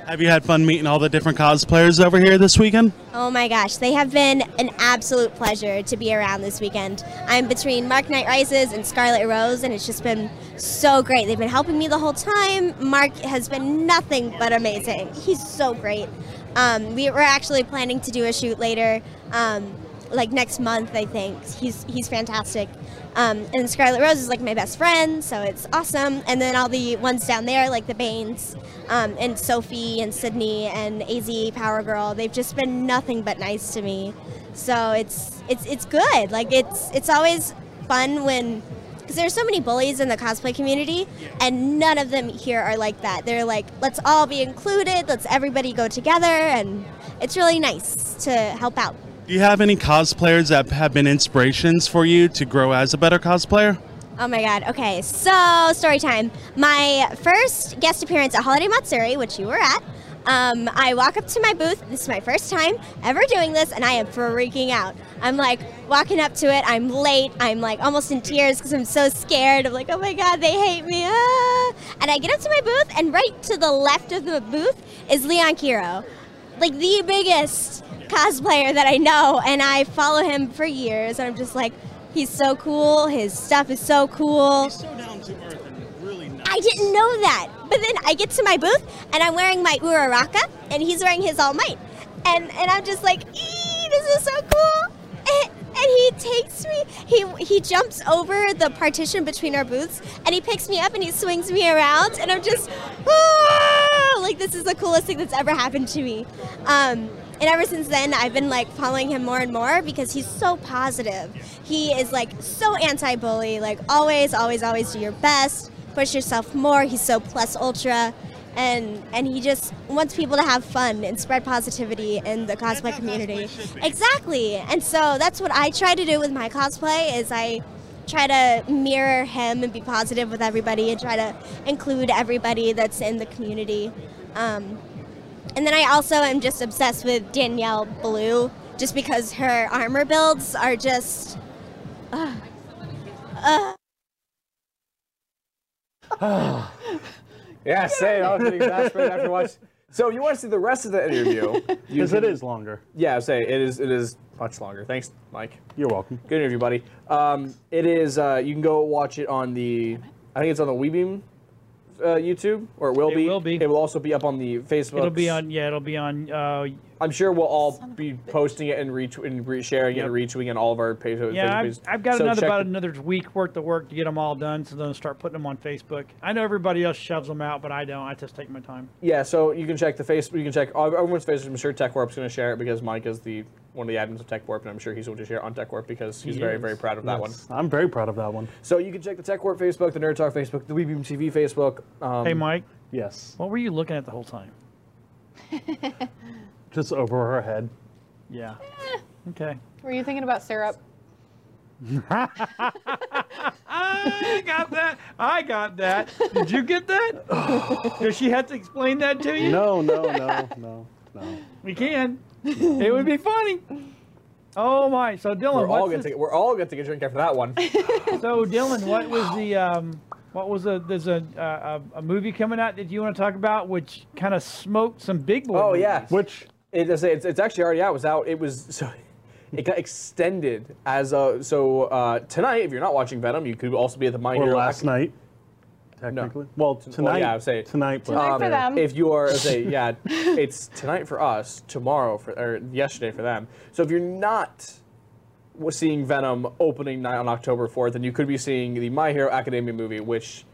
Speaker 7: Have you had fun meeting all the different cosplayers over here this weekend?
Speaker 8: Oh my gosh, they have been an absolute pleasure to be around this weekend. I'm between Mark Knight Rises and Scarlet Rose, and it's just been so great. They've been helping me the whole time. Mark has been nothing but amazing. He's so great. Um, we were actually planning to do a shoot later, um, like next month, I think. He's he's fantastic. Um, and Scarlet Rose is like my best friend, so it's awesome. And then all the ones down there, like the Banes, um, and Sophie and Sydney and AZ Power Girl, they've just been nothing but nice to me. So it's it's it's good. Like it's it's always fun when because there's so many bullies in the cosplay community, and none of them here are like that. They're like, let's all be included, let's everybody go together, and it's really nice to help out.
Speaker 7: Do you have any cosplayers that have been inspirations for you to grow as a better cosplayer?
Speaker 8: Oh my god. Okay, so story time. My first guest appearance at Holiday Matsuri, which you were at, um, I walk up to my booth. This is my first time ever doing this, and I am freaking out. I'm like walking up to it. I'm late. I'm like almost in tears because I'm so scared. I'm like, oh my god, they hate me. Ah. And I get up to my booth, and right to the left of the booth is Leon Kiro like the biggest cosplayer that I know, and I follow him for years. And I'm just like, He's so cool. His stuff is so cool.
Speaker 7: He's so down to earth and really nice.
Speaker 8: I didn't know that. But then I get to my booth and I'm wearing my Uraraka and he's wearing his All Might. And and I'm just like, "Ee, this is so cool. And, and he takes me, he he jumps over the partition between our booths and he picks me up and he swings me around and I'm just "Ah!" like this is the coolest thing that's ever happened to me. Um and ever since then, I've been like following him more and more because he's so positive. He is like so anti-bully, like always, always, always do your best push yourself more. He's so plus ultra, and and he just wants people to have fun and spread positivity in the cosplay community. Exactly, and so that's what I try to do with my cosplay. Is I try to mirror him and be positive with everybody, and try to include everybody that's in the community. Um, and then I also am just obsessed with Danielle Blue, just because her armor builds are just. ugh. Ugh.
Speaker 1: Yeah, say it. I was getting exasperated after watch. So if you want to see the rest of the interview? you
Speaker 4: Because it
Speaker 1: can-
Speaker 4: is longer.
Speaker 1: Yeah, say it is. It is much longer. Thanks, Mike.
Speaker 4: You're welcome.
Speaker 1: Good interview, buddy. Um, it is. Uh, you can go watch it on the. I think it's on the Weebeam uh, YouTube, or it will
Speaker 3: It
Speaker 1: be.
Speaker 3: will be.
Speaker 1: It will also be up on the Facebook.
Speaker 3: It'll be on. Yeah, it'll be on. Uh,
Speaker 1: I'm sure we'll all be posting it and retweet and re- sharing it and retweeting on all of our pages.
Speaker 3: yeah, I've,
Speaker 1: pages.
Speaker 3: I've got
Speaker 1: So
Speaker 3: another
Speaker 1: check
Speaker 3: about
Speaker 1: the-
Speaker 3: another week worth of work to get them all done. So then I'll start putting them on Facebook. I know everybody else shoves them out, but I don't. I just take my time.
Speaker 1: Yeah, so you can check the Facebook. You can check everyone's Facebook. I'm sure TechWarp's going to share it because Mike is the one of the admins of TechWarp, and I'm sure he's going to share it on TechWarp because he's very,
Speaker 3: is.
Speaker 1: very proud of that one.
Speaker 4: I'm very proud of that one.
Speaker 1: So you can check the TechWarp Facebook, the Nerd Talk Facebook, the WeBeam TV Facebook. Um,
Speaker 3: Hey, Mike,
Speaker 4: Yes.
Speaker 3: what were you looking at the whole time?
Speaker 4: Just over her head.
Speaker 3: Yeah.
Speaker 1: Eh.
Speaker 3: Okay.
Speaker 2: Were you thinking about syrup?
Speaker 3: I got that. I got that. Did you get that? Does she have to explain that to you?
Speaker 4: No, no, no, no, no.
Speaker 3: We can. it would be funny. Oh my! So Dylan,
Speaker 1: we're all
Speaker 3: what's
Speaker 1: going
Speaker 3: this-
Speaker 1: to we're all going to get a drink after that one.
Speaker 3: So Dylan, what was the um, what was a there's a, uh, a a movie coming out that you want to talk about, which kind of smoked some big boy.
Speaker 1: oh
Speaker 3: movies.
Speaker 1: yeah,
Speaker 4: Which
Speaker 1: It is, it's, it's actually already out. It was out. It was so. It got extended as a so uh, tonight. If you're not watching Venom, you could also be at the My
Speaker 4: or
Speaker 1: Hero
Speaker 4: last
Speaker 1: Ac-
Speaker 4: night, technically. Well, tonight.
Speaker 1: yeah, I would say-
Speaker 4: tonight. but-
Speaker 2: Tonight for them.
Speaker 1: If you are say yeah, it's tonight for us, tomorrow for or yesterday for them. So if you're not w- seeing Venom opening night on October 4th, then you could be seeing the My Hero Academia movie, which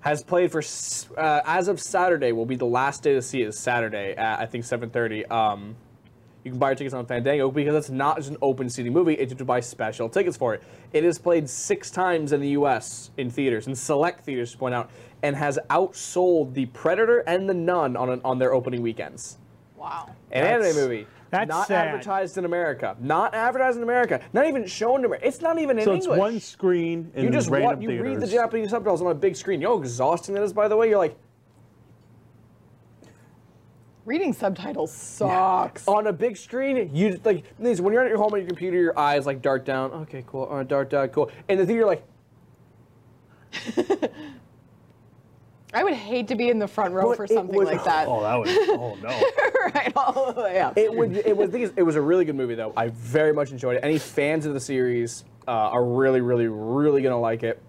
Speaker 1: has played for s- uh, as of Saturday will be the last day to see it is Saturday at I think 7:30. Um, you can buy your tickets on Fandango because it's not just an open seating movie. It's you have to buy special tickets for it. It is played six times in the U.S. in theaters and select theaters to point out, and has outsold The Predator and The Nun on an, on their opening weekends.
Speaker 2: Wow.
Speaker 1: An anime movie.
Speaker 3: that's
Speaker 1: not
Speaker 3: sad.
Speaker 1: advertised in America. Not advertised in America. Not even shown to America. It's not even in
Speaker 4: so
Speaker 1: English.
Speaker 4: it's one screen in
Speaker 1: you just
Speaker 4: random
Speaker 1: want, you
Speaker 4: theaters.
Speaker 1: read the Japanese subtitles on a big screen. You know how exhausting that is, by the way. You're like,
Speaker 2: Reading subtitles sucks.
Speaker 1: on a big screen, you just, like these when you're at your home on your computer, your eyes like dart down. Okay, cool. Uh, dart down, cool. And the theater, like,
Speaker 2: I would hate to be in the front row
Speaker 1: But
Speaker 2: for
Speaker 1: it
Speaker 2: something
Speaker 1: was-
Speaker 2: like that.
Speaker 4: Oh, that was. Oh no.
Speaker 2: right all the way up.
Speaker 1: it would. It was. the thing is, It was a really good movie, though. I very much enjoyed it. Any fans of the series uh, are really, really, really gonna like it. Um,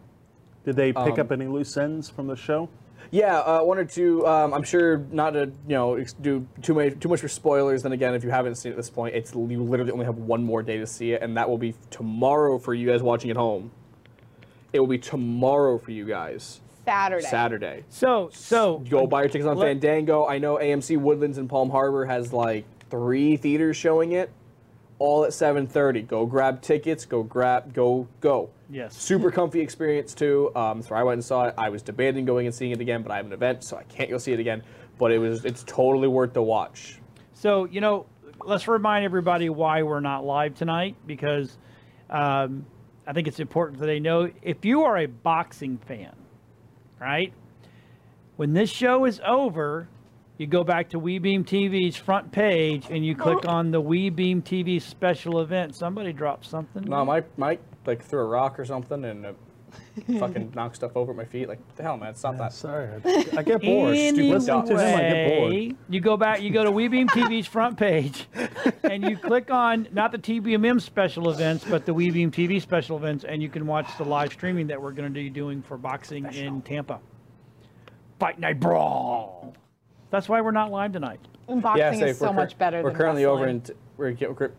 Speaker 4: Did they pick up any loose ends from the show?
Speaker 1: Yeah, uh, one or two. Um, I'm sure not to you know ex- do too much too much for spoilers. Then again, if you haven't seen it at this point, it's you literally only have one more day to see it, and that will be tomorrow for you guys watching at home. It will be tomorrow for you guys,
Speaker 2: Saturday.
Speaker 1: Saturday.
Speaker 3: So so
Speaker 1: Go buy your tickets on
Speaker 3: Let-
Speaker 1: Fandango. I know AMC Woodlands in Palm Harbor has like three theaters showing it, all at 7:30. Go grab tickets. Go grab. Go go.
Speaker 3: Yes.
Speaker 1: Super comfy experience too. Um, so I went and saw it. I was debating going and seeing it again, but I have an event, so I can't go see it again. But it was it's totally worth the watch.
Speaker 3: So, you know, let's remind everybody why we're not live tonight because um, I think it's important that they know if you are a boxing fan, right? When this show is over, you go back to WeBeam TV's front page and you click on the WeBeam TV special event. Somebody dropped something.
Speaker 1: No, Mike Mike like threw a rock or something and uh, fucking knocked stuff over at my feet. Like what the hell, man, it's not that.
Speaker 4: Sorry, I, I get bored.
Speaker 1: Anyway.
Speaker 4: Listen to him, I get bored.
Speaker 3: Way, You go back. You go to WeBeam TV's front page, and you click on not the TBMM special events, but the WeBeam TV special events, and you can watch the live streaming that we're going to be doing for boxing in Tampa. Fight Night Brawl. That's why we're not live tonight.
Speaker 2: And
Speaker 1: Yeah,
Speaker 2: boxing
Speaker 1: safe.
Speaker 2: is so
Speaker 1: we're, cur-
Speaker 2: much better
Speaker 1: We're
Speaker 2: than
Speaker 1: currently
Speaker 2: wrestling
Speaker 1: over in. T- we're, get- we're,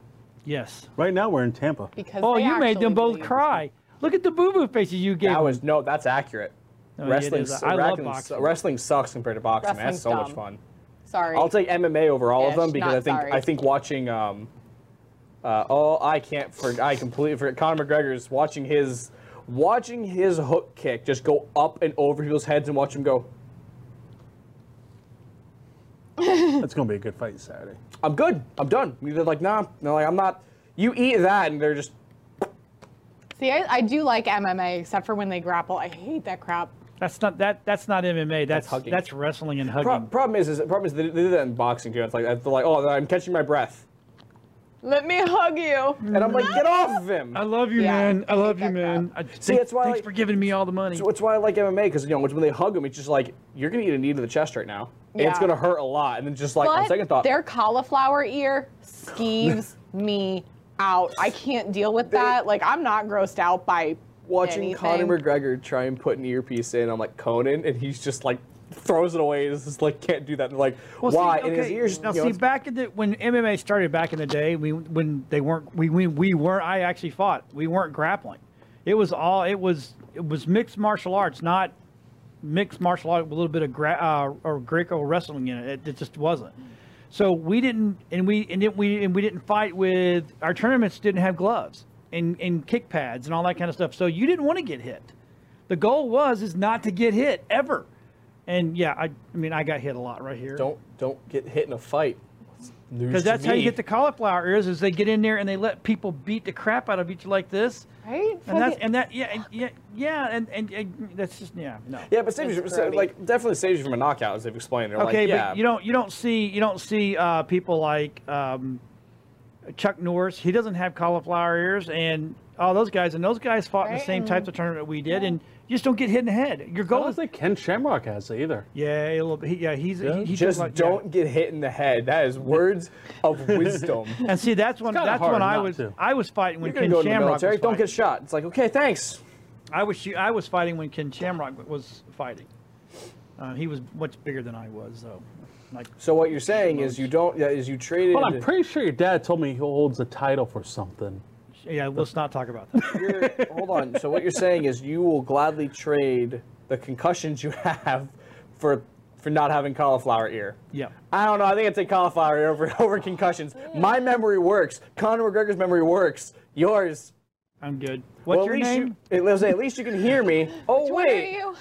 Speaker 3: Yes.
Speaker 4: Right now we're in Tampa.
Speaker 2: because
Speaker 3: Oh,
Speaker 2: they
Speaker 3: you made them
Speaker 2: actually
Speaker 3: both
Speaker 2: believe-
Speaker 3: cry. Look at the boo boo faces you gave.
Speaker 1: that
Speaker 3: them.
Speaker 1: was no. That's accurate.
Speaker 3: Oh, yeah, it
Speaker 1: wrestling.
Speaker 3: is.
Speaker 1: s-
Speaker 3: I love
Speaker 1: wrestling,
Speaker 3: boxing.
Speaker 1: s- wrestling sucks compared to boxing. man. That's so
Speaker 2: Wrestling's
Speaker 1: much
Speaker 2: dumb.
Speaker 1: fun.
Speaker 2: Sorry.
Speaker 1: I'll take MMA over all of
Speaker 2: Ish,
Speaker 1: them because
Speaker 2: not
Speaker 1: I think
Speaker 2: sorry.
Speaker 1: I think watching um, uh, oh I can't for I completely forget Conor McGregor's watching his watching his hook kick just go up and over people's heads and watch him go.
Speaker 4: That's gonna be a good fight Saturday.
Speaker 1: I'm good. I'm done. And They're like nah. No, like I'm not. You eat that and they're just
Speaker 2: See, I, I do like MMA except for when they grapple. I hate that crap.
Speaker 3: That's not that. That's not MMA. That's that's,
Speaker 1: hugging.
Speaker 3: wrestling and
Speaker 1: Pro-
Speaker 3: hugging.
Speaker 1: problem is, is problem is they, they do that in boxing too. It's like they're like, oh, I'm catching my breath,
Speaker 2: Let me hug you.
Speaker 1: and I'm like, get off of him.
Speaker 3: I love you,
Speaker 2: Yeah,
Speaker 3: man. I
Speaker 2: I
Speaker 3: love you,
Speaker 2: hate that
Speaker 3: man. I,
Speaker 1: See,
Speaker 3: thank-
Speaker 1: that's why,
Speaker 3: Thanks
Speaker 1: like-
Speaker 3: for giving me all the money.
Speaker 1: So that's why I like MMA because you know when they hug him, it's just like you're gonna eat a knee to the chest right now, and
Speaker 2: Yeah.
Speaker 1: it's gonna hurt a lot. And then just like on
Speaker 2: But
Speaker 1: second thought,
Speaker 2: their cauliflower ear skeeves me out. I can't deal with that. Like I'm not grossed out by
Speaker 1: watching
Speaker 2: anything.
Speaker 1: Conor McGregor try and put an earpiece in, I'm like Conan, and he's just like throws it away. He's just like can't do that. And like
Speaker 3: Well, see,
Speaker 1: why? And his
Speaker 3: okay,
Speaker 1: ears.
Speaker 3: Now,
Speaker 1: you know,
Speaker 3: see,
Speaker 1: it's-
Speaker 3: back in the when MMA started back in the day, we when they weren't we we, we were I actually fought. We weren't grappling. It was all it was it was mixed martial arts, not mixed martial art with a little bit of gra- uh, or Greco wrestling in it. it. It just wasn't. So we didn't, and we and it, we and we didn't fight with our tournaments. Didn't have gloves and and kick pads and all that kind of stuff. So you didn't want to get hit. The goal was is not to get hit ever. And yeah, I, I mean I got hit a lot right here.
Speaker 1: don't don't get hit in a fight.
Speaker 3: Because that's how you get the cauliflower ears is they get in there and they let people beat the crap out of each like this.
Speaker 2: Right?
Speaker 3: And that's
Speaker 2: Fucking-
Speaker 3: and that yeah and- yeah yeah and, and, and that's just yeah no.
Speaker 1: Yeah, but saves you,
Speaker 2: It's
Speaker 1: so,
Speaker 2: grody.
Speaker 1: like definitely saves you from a knockout, as they've explained. They're
Speaker 3: Okay,
Speaker 1: like, yeah,
Speaker 3: but you don't you don't see you don't see uh, people like um, Chuck Norris. He doesn't have cauliflower ears and all those guys and those guys fought in the
Speaker 2: Right,
Speaker 3: same types of tournament we did and you just don't get hit in the head. Your
Speaker 4: I
Speaker 3: goal
Speaker 4: don't
Speaker 3: is
Speaker 4: think Ken Shamrock has it either.
Speaker 3: yeah a little bit he- yeah he's he, he does
Speaker 1: just
Speaker 3: like- yeah.
Speaker 1: don't get hit in the head. That is words of wisdom.
Speaker 3: And see, that's when
Speaker 4: kinda
Speaker 3: that's
Speaker 4: hard
Speaker 3: when I
Speaker 4: not
Speaker 3: was
Speaker 4: to.
Speaker 3: I was fighting when
Speaker 1: You're gonna go
Speaker 3: Ken
Speaker 1: to the
Speaker 3: Shamrock
Speaker 1: military.
Speaker 3: was
Speaker 1: Don't
Speaker 3: fighting.
Speaker 1: get shot. It's like, okay, thanks.
Speaker 3: I was shoot- I was fighting when Ken Shamrock was fighting. Uh, he was much bigger than I was, though. Like
Speaker 1: So what you're saying is you don't yeah, is you traded.
Speaker 4: Well, I'm pretty sure your dad told me he holds a title for something.
Speaker 3: yeah, let's not talk about that.
Speaker 1: you're- hold on. So what you're saying is you will gladly trade the concussions you have for for not having cauliflower ear.
Speaker 3: Yeah.
Speaker 1: I don't know. I think I'd take cauliflower ear over over concussions. My memory works. Conor McGregor's memory works. Yours.
Speaker 3: I'm good. What's
Speaker 1: well, at
Speaker 3: your
Speaker 1: least
Speaker 3: name?
Speaker 1: you. At least, at least you can hear me. Oh
Speaker 2: Where are
Speaker 1: wait.
Speaker 2: you?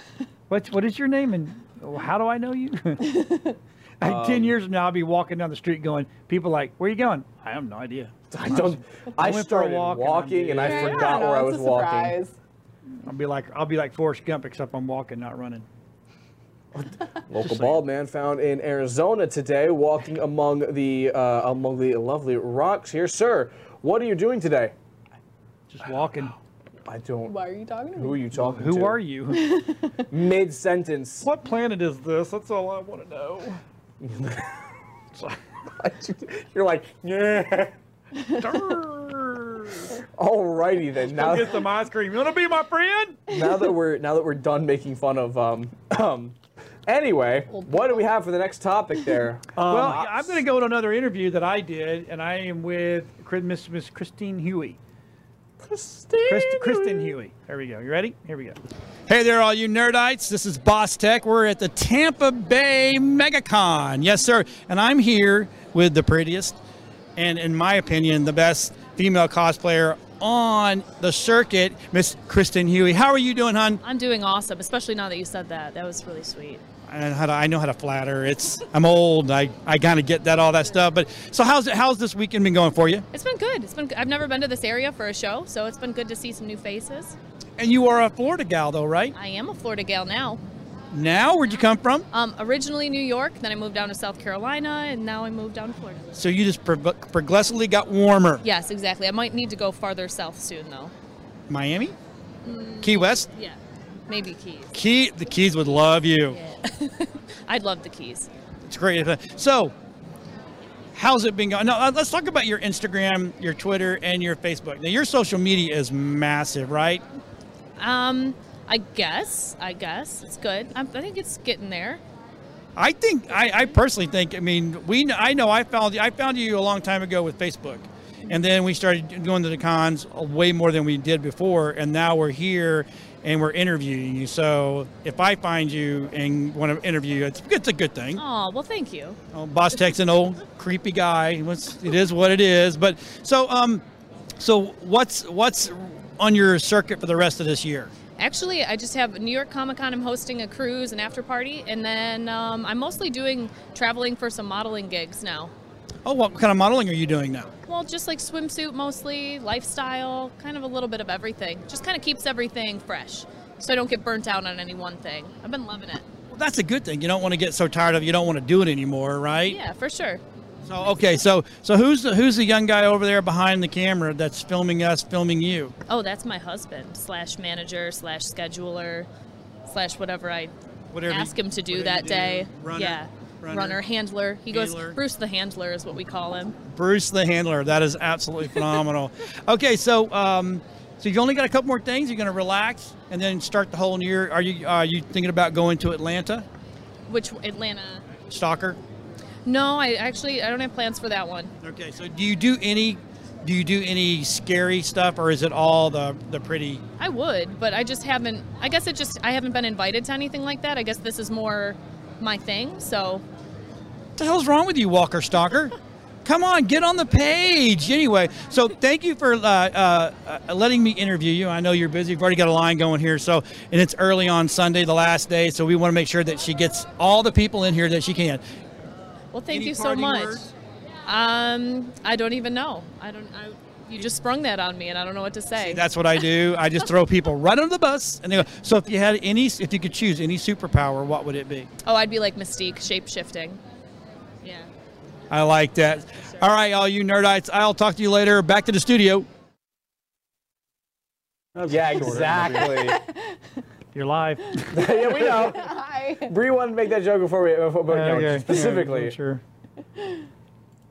Speaker 3: What what is your name and well, how do I know you? Like,
Speaker 1: Um,
Speaker 3: Ten years from now, I'll be walking down the street going, people like, where you going? I have no idea.
Speaker 1: I don't.
Speaker 3: I
Speaker 1: I,
Speaker 3: went for a
Speaker 1: started
Speaker 3: walk and I'm
Speaker 1: walking and I
Speaker 2: Yeah, don't
Speaker 1: forgot where
Speaker 2: know,
Speaker 1: I
Speaker 2: it's
Speaker 1: was
Speaker 2: a
Speaker 1: walking.
Speaker 2: surprise.
Speaker 3: I'll be like, I'll be like Forrest Gump, except I'm walking, not running.
Speaker 1: Local bald man found in Arizona today, walking among the uh, among the lovely rocks here, sir. What are you doing today?
Speaker 3: Just walking.
Speaker 1: I don't.
Speaker 2: Why are you talking to me?
Speaker 1: Who are you talking to?
Speaker 3: Who are you?
Speaker 1: Mid sentence.
Speaker 3: what planet is this? That's all I want to know.
Speaker 1: You're like, yeah. Alrighty then. Now,
Speaker 3: Get some ice cream. You want to be my friend?
Speaker 1: now that we're now that we're done making fun of um um. Anyway, what do we have for the next topic there?
Speaker 3: Well,
Speaker 9: Um,
Speaker 3: yeah, I'm going to go to another interview that I did, and I am with Chris- Miss, Miss Christine Huey.
Speaker 1: Christine.
Speaker 3: Christ, Kristen Huey. There we go. You ready? Here we go.
Speaker 9: Hey there, all you nerdites. This is Boss Tech. We're at the Tampa Bay MegaCon. Yes, sir. And I'm here with the prettiest and, in my opinion, the best female cosplayer on the circuit, Miss Kristen Huey. How are you doing, hon?
Speaker 10: I'm doing awesome, especially now that you said that. That was really sweet.
Speaker 9: And how to, I know how to flatter. It's I'm old. I, I kind of get that all that stuff. But so how's it, how's this weekend been going for you?
Speaker 10: It's been good. It's been. I've never been to this area for a show, so it's been good to see some new faces.
Speaker 9: And you are a Florida gal though, right?
Speaker 10: I am a Florida gal now.
Speaker 9: Now where'd you come from?
Speaker 10: Um, originally New York, then I moved down to South Carolina, and now I moved down to Florida.
Speaker 9: So you just prog- progressively got warmer.
Speaker 10: Yes, exactly. I might need to go farther south soon, though.
Speaker 9: Miami, Key West.
Speaker 10: Yeah, maybe Keys.
Speaker 9: Key, the Keys would love you.
Speaker 10: I'd love the Keys.
Speaker 9: It's great. So,
Speaker 3: how's it been going? Now, uh, let's talk about your Instagram, your Twitter, and your Facebook. Now, your social media is massive, right?
Speaker 10: Um, I guess. I guess it's good. i I think it's getting there.
Speaker 3: I think I, I personally think I mean we kn- I know I found I found you a long time ago with Facebook, and then we started going to the cons way more than we did before, and now we're here and we're interviewing you. So if I find you and want to interview you, it's it's a good thing.
Speaker 10: Oh well, thank you.
Speaker 3: Mm-hmm. Oh, Boss Tech's an old creepy guy. What's- It is what it is. But so um, so what's what's on your circuit for the rest of this year?
Speaker 10: Actually, I just have New York Comic Con. I'm hosting a cruise, an after party, and then um, I'm mostly doing traveling for some modeling gigs now.
Speaker 3: Oh, what kind of modeling are you doing now?
Speaker 10: Well, just like swimsuit mostly, lifestyle, kind of a little bit of everything. Just kind of keeps everything fresh, so I don't get burnt out on any one thing. I've been loving it.
Speaker 3: Well, that's a good thing. You don't want to get so tired of it, you don't want to do it anymore, right?
Speaker 10: Yeah, for sure.
Speaker 3: So okay, so so who's the who's the young guy over there behind the camera that's filming us, filming you?
Speaker 10: Oh, that's my husband slash manager slash scheduler slash whatever I
Speaker 3: Whatever you-
Speaker 10: ask him to do
Speaker 3: whatever
Speaker 10: that
Speaker 3: you do.
Speaker 10: day.
Speaker 3: Runner,
Speaker 10: yeah,
Speaker 3: runner,
Speaker 10: handler. He
Speaker 3: handler.
Speaker 10: goes Bruce the handler is what we call him.
Speaker 3: Bruce the handler. That is absolutely phenomenal. okay, so um, so you've only got a couple more things. You're gonna relax and then start the whole new year. Are you are you thinking about going to Atlanta,
Speaker 10: Which Atlanta?
Speaker 3: Stalker?
Speaker 10: No, I actually I don't have plans for that one.
Speaker 3: Okay, so do you do any do you do any scary stuff or is it all the the pretty?
Speaker 10: I would, but I just haven't. I guess it just I haven't been invited to anything like that. I guess this is more my thing. So
Speaker 3: What the hell's wrong with you, Walker Stalker? Come on, get on the page. Anyway, so thank you for uh, uh, uh, letting me interview you. I know you're busy. You've already got a line going here, so and it's early on Sunday, the last day, so we want to make sure that she gets all the people in here that she can.
Speaker 10: well, thank
Speaker 3: Any
Speaker 10: you so
Speaker 3: parting
Speaker 10: much.
Speaker 3: words?
Speaker 10: Um, I don't even know. I don't. I, you just sprung that on me, and I don't know what to say.
Speaker 3: That's what I do. I just throw people right under the bus, and they go. So if you had any, if you could choose any superpower, what would it be?
Speaker 10: Oh, I'd be like Mystique, shape shifting. Yeah.
Speaker 3: I like that. All right, all you nerdites. I'll talk to you later. Back to the studio.
Speaker 1: yeah,
Speaker 4: shorter.
Speaker 1: exactly.
Speaker 11: You're live.
Speaker 1: yeah, we know.
Speaker 2: Hi.
Speaker 1: Bree wanted to make that joke before we, before, but, you know,
Speaker 11: Okay,
Speaker 1: specifically.
Speaker 11: yeah, sure.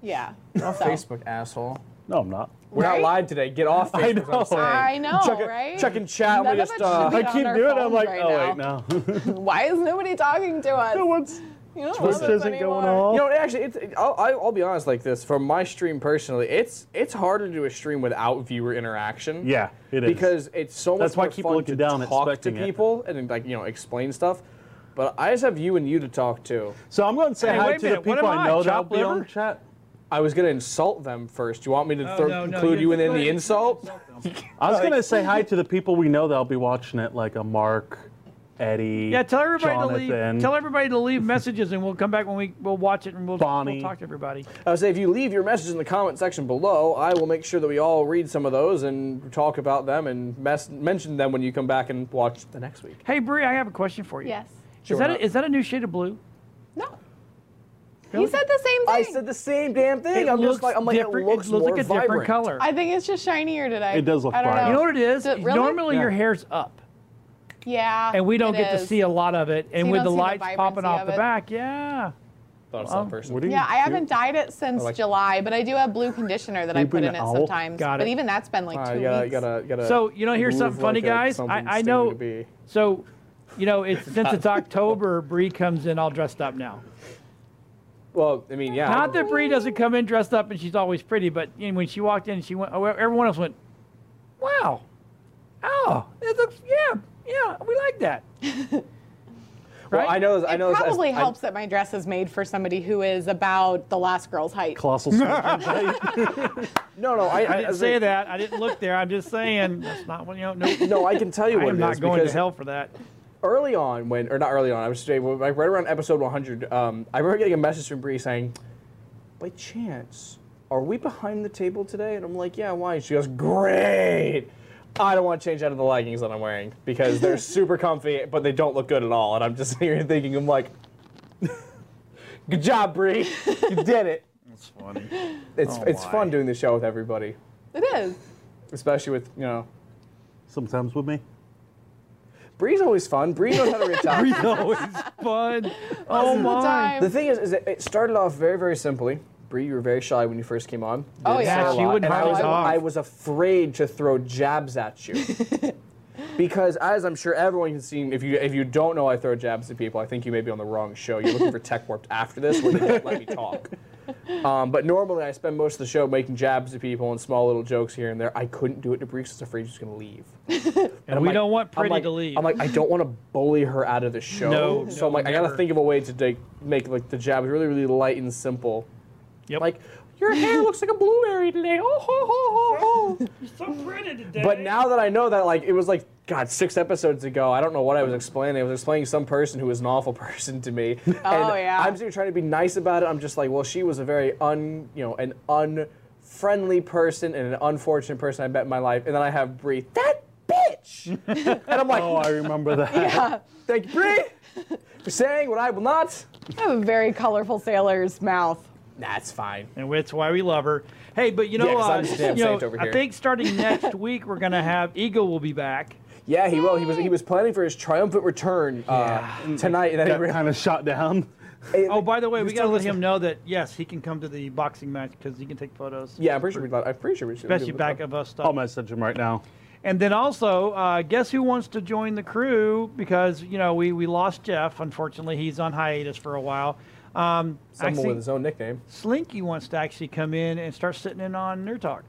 Speaker 2: Yeah.
Speaker 1: Off Facebook, asshole.
Speaker 4: No, I'm not.
Speaker 1: We're
Speaker 2: Right?
Speaker 1: not live today. Get off
Speaker 4: I
Speaker 1: Facebook.
Speaker 4: know.
Speaker 1: I'm saying.
Speaker 2: I know,
Speaker 1: Chuck-
Speaker 2: right?
Speaker 1: Chuck and chat.
Speaker 2: None
Speaker 1: we
Speaker 2: of us
Speaker 1: just
Speaker 2: should
Speaker 1: uh,
Speaker 2: be
Speaker 4: I
Speaker 2: on
Speaker 4: keep
Speaker 2: our
Speaker 4: doing it. I'm
Speaker 2: phones
Speaker 4: like,
Speaker 2: right
Speaker 4: oh, wait, no.
Speaker 2: Why is nobody talking to us?
Speaker 4: no one's.
Speaker 2: You
Speaker 11: Oh,
Speaker 2: don't
Speaker 4: Twitch
Speaker 2: love us
Speaker 4: isn't going
Speaker 2: anymore.
Speaker 4: off.
Speaker 1: You know, actually, it's, I'll, I'll be honest like this. For my stream personally, it's it's harder to do a stream without viewer interaction.
Speaker 4: Yeah, it is.
Speaker 1: Because it's so much
Speaker 4: That's why
Speaker 1: more
Speaker 4: I keep
Speaker 1: fun to
Speaker 4: looking down,
Speaker 1: talk to
Speaker 4: expecting it.
Speaker 1: people and like you know explain stuff. But I just have you and you to talk to.
Speaker 4: So I'm going to say
Speaker 11: Hey,
Speaker 4: hi
Speaker 11: wait a
Speaker 4: to the
Speaker 11: minute, what
Speaker 4: people
Speaker 11: am
Speaker 4: I
Speaker 11: I,
Speaker 4: know that'll
Speaker 11: chopped
Speaker 4: be on
Speaker 11: liver?
Speaker 4: chat.
Speaker 1: I was gonna insult them first. Do you want me to
Speaker 3: Oh,
Speaker 1: throw-
Speaker 3: no, no,
Speaker 1: include
Speaker 3: you-
Speaker 1: you in,
Speaker 3: go
Speaker 1: in
Speaker 3: ahead,
Speaker 1: the
Speaker 3: you
Speaker 1: insult?
Speaker 4: I was going to say hi to the people we know that'll be watching it, like a Mark, Eddie.
Speaker 11: Yeah, tell everybody to
Speaker 4: Jonathan.
Speaker 11: leave. Tell everybody to leave messages, and we'll come back when we we'll watch it and we'll,
Speaker 4: Bonnie.
Speaker 11: we'll talk to everybody.
Speaker 1: I would say if you leave your message in the comment section below, I will make sure that we all read some of those and talk about them and mes- mention them when you come back and watch the next week.
Speaker 11: Hey, Bree, I have a question for you.
Speaker 2: Yes.
Speaker 1: Sure,
Speaker 11: is that
Speaker 1: why
Speaker 11: a,
Speaker 1: not?
Speaker 11: is that a new shade of blue?
Speaker 2: No. He said the same thing.
Speaker 1: I said the same damn thing. I'm just like I'm like it
Speaker 11: different-
Speaker 1: looks, more
Speaker 11: like a
Speaker 1: vibrant.
Speaker 11: different color.
Speaker 2: I think it's just shinier today.
Speaker 4: It does look
Speaker 2: I don't
Speaker 4: fine.
Speaker 2: Know.
Speaker 11: you know what it is?
Speaker 2: Does it really?
Speaker 11: Normally your
Speaker 4: Yeah.
Speaker 11: hair's up,
Speaker 2: Yeah.
Speaker 11: and we don't
Speaker 2: it
Speaker 11: get to
Speaker 2: is.
Speaker 11: see a lot of it. And
Speaker 2: you
Speaker 11: with
Speaker 2: don't
Speaker 11: the
Speaker 2: see the
Speaker 11: lights popping
Speaker 2: vibrancy
Speaker 11: off
Speaker 2: of
Speaker 11: the
Speaker 2: it.
Speaker 11: back, yeah.
Speaker 1: Thought it's not personal.
Speaker 4: What do you
Speaker 2: Yeah, I
Speaker 4: do?
Speaker 2: haven't dyed it since
Speaker 1: like-
Speaker 2: July, but I do have blue conditioner that I
Speaker 4: You
Speaker 2: put
Speaker 4: been
Speaker 2: in it
Speaker 4: an owl?
Speaker 2: sometimes.
Speaker 11: Got
Speaker 2: But
Speaker 11: it.
Speaker 2: even that's been like
Speaker 1: All
Speaker 2: two
Speaker 1: right, Uh, you gotta,
Speaker 2: weeks.
Speaker 1: you gotta, you gotta
Speaker 11: So you know, here's
Speaker 1: move
Speaker 11: something funny,
Speaker 1: like a-
Speaker 11: guys.
Speaker 1: something
Speaker 11: I, I
Speaker 1: stingy
Speaker 11: know.
Speaker 1: to be.
Speaker 11: So, you know, it's since it's October, Bree comes in all dressed up now.
Speaker 1: Well, I mean, yeah.
Speaker 11: Not that Bree doesn't come in dressed up and she's always pretty, but you know, when she walked in, she went. oh, Everyone else went, "Wow, oh, it looks yeah, yeah, we like that."
Speaker 1: well,
Speaker 11: right?
Speaker 1: I know. I
Speaker 2: It
Speaker 1: know.
Speaker 2: probably
Speaker 1: I,
Speaker 2: helps that my dress is made for somebody who is about the last girl's height.
Speaker 4: Colossal surgeon.
Speaker 1: no, no. I,
Speaker 11: I didn't
Speaker 1: as
Speaker 11: say
Speaker 1: a-
Speaker 11: that. I didn't look there. I'm just saying that's not what you know. No,
Speaker 1: No, I can tell you
Speaker 11: I
Speaker 1: what
Speaker 11: am
Speaker 1: it
Speaker 11: not
Speaker 1: is
Speaker 11: going to
Speaker 1: because
Speaker 11: hell for that.
Speaker 1: early on when, or not early on, I was saying, well, like right around episode 100, um, I remember getting a message from Bree saying, by chance, are we behind the table today? And I'm like, yeah, why? And she goes, great. I don't want to change out of the leggings that I'm wearing because they're super comfy, but they don't look good at all. And I'm just here thinking, I'm like, good job, Bree. You did it.
Speaker 11: That's funny.
Speaker 1: It's,
Speaker 11: Oh,
Speaker 1: it's
Speaker 11: why?
Speaker 1: fun doing the show with everybody,
Speaker 2: It is.
Speaker 1: especially with, you know,
Speaker 4: Sometimes with me.
Speaker 1: Bree's always fun. Bree knows how to reach out.
Speaker 11: No, it's fun. Oh
Speaker 2: All the
Speaker 11: my!
Speaker 2: time.
Speaker 1: The thing is, is that it started off very, very simply. Bree, you were very shy when you first came on. You
Speaker 2: Oh,
Speaker 1: didn't
Speaker 2: yeah.
Speaker 1: say a
Speaker 2: She
Speaker 1: lot,
Speaker 2: wouldn't
Speaker 1: and I
Speaker 2: hardly
Speaker 1: was,
Speaker 2: talk.
Speaker 1: I was afraid to throw jabs at you. because as I'm sure everyone can see, if you if you don't know I throw jabs at people, I think you may be on the wrong show. You're looking for Tech Warped after this where they won't let me talk. Um, but normally I spend most of the show making jabs at people and small little jokes here and there. I couldn't do it to Bree because I was afraid she was going to leave.
Speaker 3: And
Speaker 1: I'm
Speaker 3: we
Speaker 1: like-
Speaker 3: don't want
Speaker 1: I'm
Speaker 3: Pretty
Speaker 1: like-
Speaker 3: to leave.
Speaker 1: I'm like, I don't want to bully her out of the show.
Speaker 3: No,
Speaker 1: so
Speaker 3: no,
Speaker 1: I'm like, I
Speaker 3: never.
Speaker 1: gotta think of a way to take, make like the jabs really, really light and simple.
Speaker 3: Yep.
Speaker 1: Like, your hair looks like a blueberry today. Oh ho ho ho ho.
Speaker 3: You're so pretty today.
Speaker 1: But now that I know that, like, it was like, God, six episodes ago, I don't know what I was explaining. I was explaining some person who was an awful person to me. Oh, and
Speaker 2: yeah.
Speaker 1: I'm still trying to be nice about it. I'm just like, well, she was a very un, you know, an unfriendly person and an unfortunate person I met in my life. And then I have Bree, that bitch! and I'm like,
Speaker 4: Oh, I remember that.
Speaker 1: thank you, Bree, for saying what I will not.
Speaker 2: I have a very colorful sailor's mouth.
Speaker 1: That's fine.
Speaker 3: and that's why we love her. Hey, but you know,
Speaker 1: Yeah, 'cause
Speaker 3: uh,
Speaker 1: I'm just damn
Speaker 3: you know,
Speaker 1: saint over
Speaker 3: I
Speaker 1: here.
Speaker 3: think starting next week we're gonna have Eagle will be back.
Speaker 1: Yeah, he will. He was he was planning for his triumphant return uh, tonight, and then he
Speaker 4: Got
Speaker 1: re-
Speaker 4: kind of shot down.
Speaker 3: Oh, by the way,
Speaker 1: He
Speaker 3: we
Speaker 1: was
Speaker 3: gotta
Speaker 1: telling
Speaker 3: let
Speaker 1: us-
Speaker 3: him know that yes, he can come to the boxing match because he can take photos.
Speaker 1: Yeah, I'm pretty sure we. I'm pretty sure we should.
Speaker 3: especially back of us stuff.
Speaker 4: I'll message him right now.
Speaker 3: And then also, uh, guess who wants to join the crew? Because you know we we lost Jeff. Unfortunately, he's on hiatus for a while. Um,
Speaker 1: Someone
Speaker 3: actually,
Speaker 1: with his own nickname.
Speaker 3: Slinky wants to actually come in and start sitting in on Nerd Talk.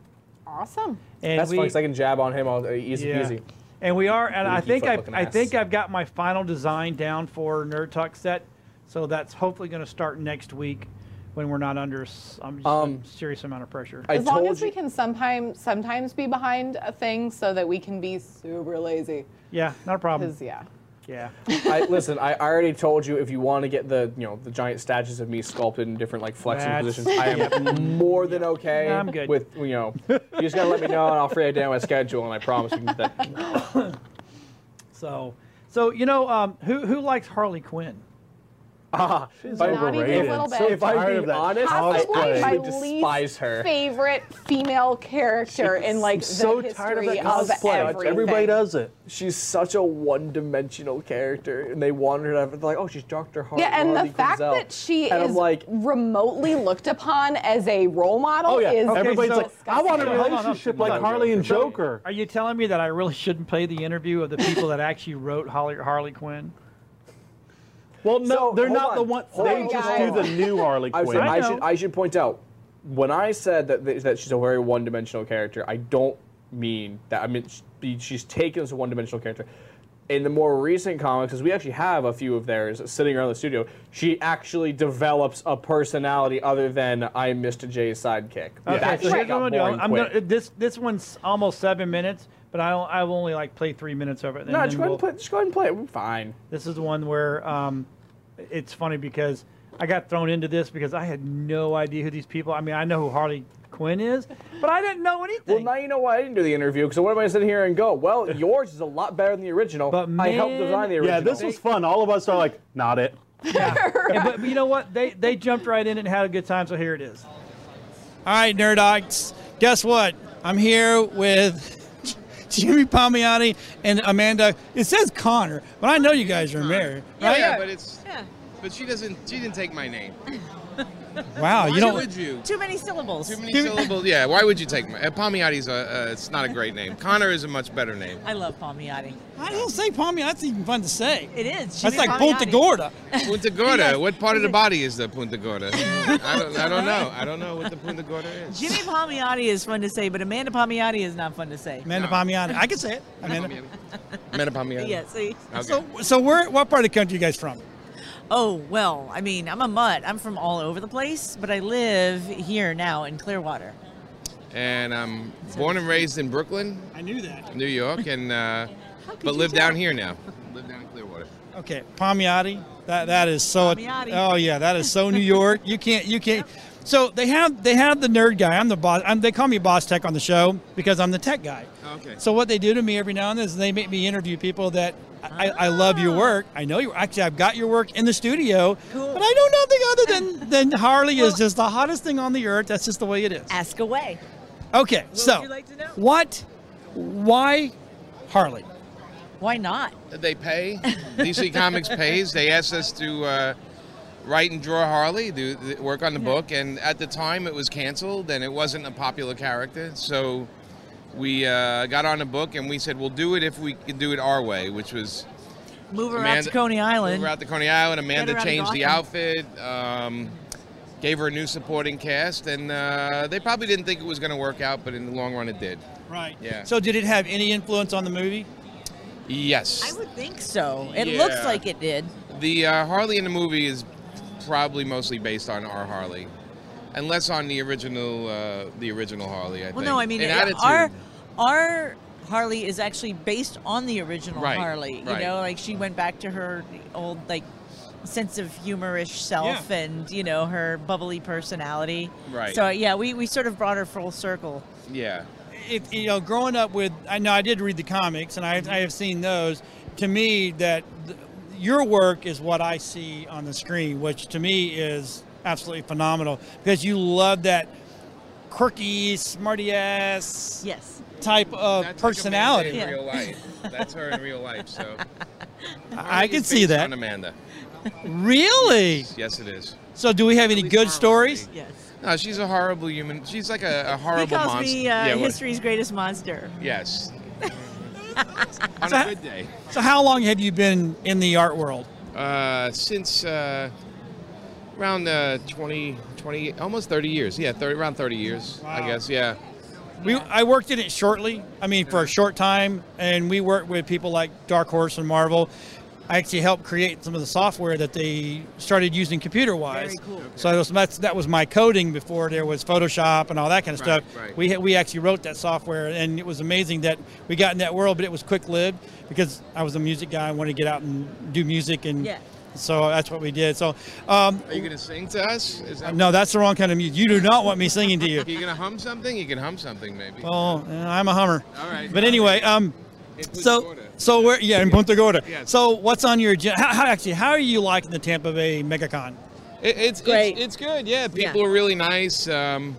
Speaker 2: Awesome.
Speaker 3: And
Speaker 1: That's
Speaker 3: we,
Speaker 1: fun 'cause I can jab on him all uh, easy
Speaker 3: yeah.
Speaker 1: peasy.
Speaker 3: And we are, and I
Speaker 1: Leaky
Speaker 3: think I,
Speaker 1: fucking
Speaker 3: I
Speaker 1: ass.
Speaker 3: think I've got my final design down for Nerd Talk set. So that's hopefully going to start next week when we're not under s- um, just
Speaker 1: Um,
Speaker 3: a serious amount of pressure.
Speaker 1: I
Speaker 2: As long
Speaker 1: told
Speaker 2: as we
Speaker 1: you-
Speaker 2: can sometimes sometimes be behind a thing so that we can be super lazy.
Speaker 3: yeah, not a problem.
Speaker 2: Because yeah.
Speaker 3: Yeah.
Speaker 1: I, listen, I already told you if you want to get the you know the giant statues of me sculpted in different like flexing
Speaker 3: That's-
Speaker 1: positions, I am more than okay.
Speaker 3: I'm good.
Speaker 1: With you know, you just gotta let me know and I'll free it down my schedule, and I promise you can get that.
Speaker 3: So, so you know, um, who who likes Harley Quinn?
Speaker 1: If I'm-
Speaker 2: Not even
Speaker 4: overrated.
Speaker 2: a little bit.
Speaker 4: So
Speaker 1: if I'm
Speaker 4: tired
Speaker 1: being
Speaker 4: of that
Speaker 1: honest, I
Speaker 4: cosplay.
Speaker 2: Possibly
Speaker 1: actually
Speaker 2: my
Speaker 1: despise
Speaker 2: least
Speaker 1: her.
Speaker 2: favorite female character in like the history everything.
Speaker 4: Everybody does it.
Speaker 1: She's such a one-dimensional character, and they wanted her to have, they're like, oh, she's Doctor Harley.
Speaker 2: Yeah, and the
Speaker 1: Harley
Speaker 2: fact
Speaker 1: Quinzel.
Speaker 2: that she
Speaker 1: and
Speaker 2: is
Speaker 1: I'm like,
Speaker 2: remotely looked upon as a role model
Speaker 4: Oh yeah,
Speaker 2: is
Speaker 4: everybody's
Speaker 3: so-
Speaker 4: like, I want
Speaker 3: Hold on,
Speaker 4: a
Speaker 3: hold on,
Speaker 4: relationship
Speaker 3: hold on.
Speaker 4: like Harley and Joker.
Speaker 3: Are you telling me that I really shouldn't play the interview of the people that actually wrote Harley, Harley Quinn?
Speaker 4: Well, no,
Speaker 1: So,
Speaker 4: they're
Speaker 1: hold
Speaker 4: not the
Speaker 1: on.
Speaker 4: one.
Speaker 1: Hold
Speaker 4: they
Speaker 2: on,
Speaker 4: just do
Speaker 2: guys.
Speaker 4: the new Harley
Speaker 1: I,
Speaker 4: Quinn.
Speaker 1: should, I,
Speaker 3: know.
Speaker 1: should, I should point out when I said that th- that she's a very one-dimensional character, I don't mean that. I mean sh- be- she's taken as a one-dimensional character. In the more recent comics, because we actually have a few of theirs sitting around the studio, she actually develops a personality other than I'm Mr. J's sidekick. That
Speaker 3: so
Speaker 1: shit
Speaker 3: here's what
Speaker 1: got
Speaker 3: I'm gonna do.
Speaker 1: boring
Speaker 3: I'm
Speaker 1: quick.
Speaker 3: gonna, this this one's almost seven minutes, but I'll I'll only like play three minutes of it. and
Speaker 1: no,
Speaker 3: then
Speaker 1: just go, ahead
Speaker 3: we'll-
Speaker 1: and play, just go ahead and play it. We're fine.
Speaker 3: This is the one where um, it's funny because I got thrown into this because I had no idea who these people. I mean, I know who Harley Quinn is, but I didn't know anything.
Speaker 1: Well, now you know why I didn't do the interview. Because what am I sitting here and go? Well, yours is a lot better than the original.
Speaker 3: But
Speaker 1: I helped
Speaker 3: man-
Speaker 1: design the original.
Speaker 4: yeah, this was fun. All of us are like, not it.
Speaker 3: And- but you know what? They they jumped right in and had a good time. So here it is.
Speaker 9: All right, Nerdox. Guess what? I'm here with Jimmy Palmiotti and Amanda. It says Connor, but I know you guys are married,
Speaker 5: Yeah,
Speaker 9: right?
Speaker 5: yeah, but it's
Speaker 11: Yeah.
Speaker 5: but she doesn't she didn't take my name.
Speaker 9: Wow, you
Speaker 5: Why
Speaker 9: don't.
Speaker 5: would you?
Speaker 11: Too many syllables.
Speaker 5: Too many syllables. Yeah, why would you take my? Uh, Palmiotti's a uh, it's not a great name. Connor is a much better name.
Speaker 11: I love palmiotti.
Speaker 9: I don't say Palmiotti. That's even fun to say.
Speaker 11: It
Speaker 9: That's
Speaker 11: is. Jimmy
Speaker 9: like Punta
Speaker 11: Palmiotti.
Speaker 9: Gorda.
Speaker 5: Punta Gorda. What part of the body is the Punta Gorda? I don't, I don't know. I don't know what the Punta Gorda is.
Speaker 11: Jimmy Palmiotti is fun to say, but Amanda Palmiotti is not fun to say.
Speaker 9: Amanda
Speaker 5: No.
Speaker 9: Palmiotti. I can say it. Amanda.
Speaker 5: Amanda Palmiotti.
Speaker 11: Yeah, see?
Speaker 5: Okay.
Speaker 9: So, so where? What part of the country you guys from?
Speaker 11: Oh, well, I mean, I'm a mutt. I'm from all over the place, but I live here now in Clearwater.
Speaker 5: and I'm born and raised in Brooklyn,
Speaker 9: I knew that.
Speaker 5: New York, and uh, but live down here now. Live down in Clearwater.
Speaker 9: Okay, Palmiotti. That that is so.
Speaker 11: Palmiotti.
Speaker 9: Oh yeah, that is so New York. You can't you can't. So they have they have the nerd guy. I'm the boss. I'm, they call me boss tech on the show because I'm the tech guy.
Speaker 5: Okay.
Speaker 9: So what they do to me every now and then is they make me interview people that I, I love
Speaker 11: Ah.
Speaker 9: your work. I know you actually I've got your work in the studio, but I know nothing other than than Harley is just the hottest thing on the earth. That's just the way it is.
Speaker 11: Ask away.
Speaker 9: Okay, so
Speaker 11: you like to know?
Speaker 9: what, why, Harley?
Speaker 11: Why not?
Speaker 5: They pay. DC Comics pays. They asked us to uh,
Speaker 12: write and draw Harley, do, th- work on the book, and at the time it was canceled and it wasn't a popular character, so we uh, got on the book and we said we'll do it if we can do it our way, which was
Speaker 11: Move her out to Coney Island.
Speaker 12: we were out to Coney Island. Amanda
Speaker 11: her out of
Speaker 12: changed the
Speaker 11: Gotham.
Speaker 12: outfit, um, gave her a new supporting cast, and uh, they probably didn't think it was going to work out, but in the long run, it did.
Speaker 3: Right.
Speaker 12: Yeah.
Speaker 3: So did it have any influence on the movie?
Speaker 12: Yes. I
Speaker 11: would think so. It looks
Speaker 12: Yeah.
Speaker 11: like it did.
Speaker 12: The uh, Harley in the movie is probably mostly based on our Harley, unless on the original, uh, the original Harley. I
Speaker 11: Well,
Speaker 12: think.
Speaker 11: no, I mean, uh,
Speaker 12: In
Speaker 11: it-
Speaker 12: attitude.
Speaker 11: our our Harley is actually based on the original
Speaker 12: Right,
Speaker 11: Harley. You
Speaker 12: right.
Speaker 11: know, like she went back to her old like sense of humorish self and you know her bubbly personality.
Speaker 12: Right.
Speaker 11: So yeah, we we sort of brought her full circle.
Speaker 12: Yeah.
Speaker 3: If you know, growing up with, I know I did read the comics and I, I have seen those. To me, that th- your work is what I see on the screen, which to me is absolutely phenomenal because you love that quirky, smarty ass
Speaker 11: yes
Speaker 3: type of
Speaker 12: That's like
Speaker 3: personality.
Speaker 12: Amanda in real life. That's her in real life. So
Speaker 3: I I
Speaker 12: It's
Speaker 3: can see
Speaker 12: based
Speaker 3: that.
Speaker 12: on Amanda.
Speaker 3: Really?
Speaker 12: Yes, it is.
Speaker 3: So, do we have any good stories?
Speaker 11: Yes.
Speaker 12: No, she's a horrible human. She's like a, a horrible
Speaker 11: he calls
Speaker 12: monster.
Speaker 11: me uh,
Speaker 12: yeah, what-
Speaker 11: history's greatest monster.
Speaker 12: Yes. On a good day.
Speaker 3: So, how long have you been in the art world?
Speaker 12: Uh, since uh, around uh, 20, 20, almost 30 years. Yeah, 30, around 30 years, I guess. Yeah.
Speaker 3: We, I worked in it shortly. I mean, for a short time, and we worked with people like Dark Horse and Marvel. I actually helped create some of the software that they started using computer-wise.
Speaker 11: Very cool. Okay.
Speaker 3: So that's, that's, that was my coding before there was Photoshop and all that kind of
Speaker 11: Right,
Speaker 3: stuff.
Speaker 11: right.
Speaker 3: We had- we actually wrote that software, and it was amazing that we got in that world. But it was quick-lived because I was a music guy. I wanted to get out and do music, and
Speaker 12: Yeah.
Speaker 3: so that's what we did. So, um,
Speaker 12: Are you going to sing to us? Is that
Speaker 3: no, that's the wrong kind of music. You do not want me singing to you.
Speaker 12: Are you going to hum something? You can hum something, maybe.
Speaker 3: Well, uh, I'm a Hummer.
Speaker 12: All right.
Speaker 3: But anyway, um, so so where? Yeah, in Punta Gorda.
Speaker 12: Yes.
Speaker 3: So what's on your agenda? How, how actually? How are you liking the Tampa Bay MegaCon?
Speaker 12: It, it's It's, it's good. Yeah, people are really nice. Um,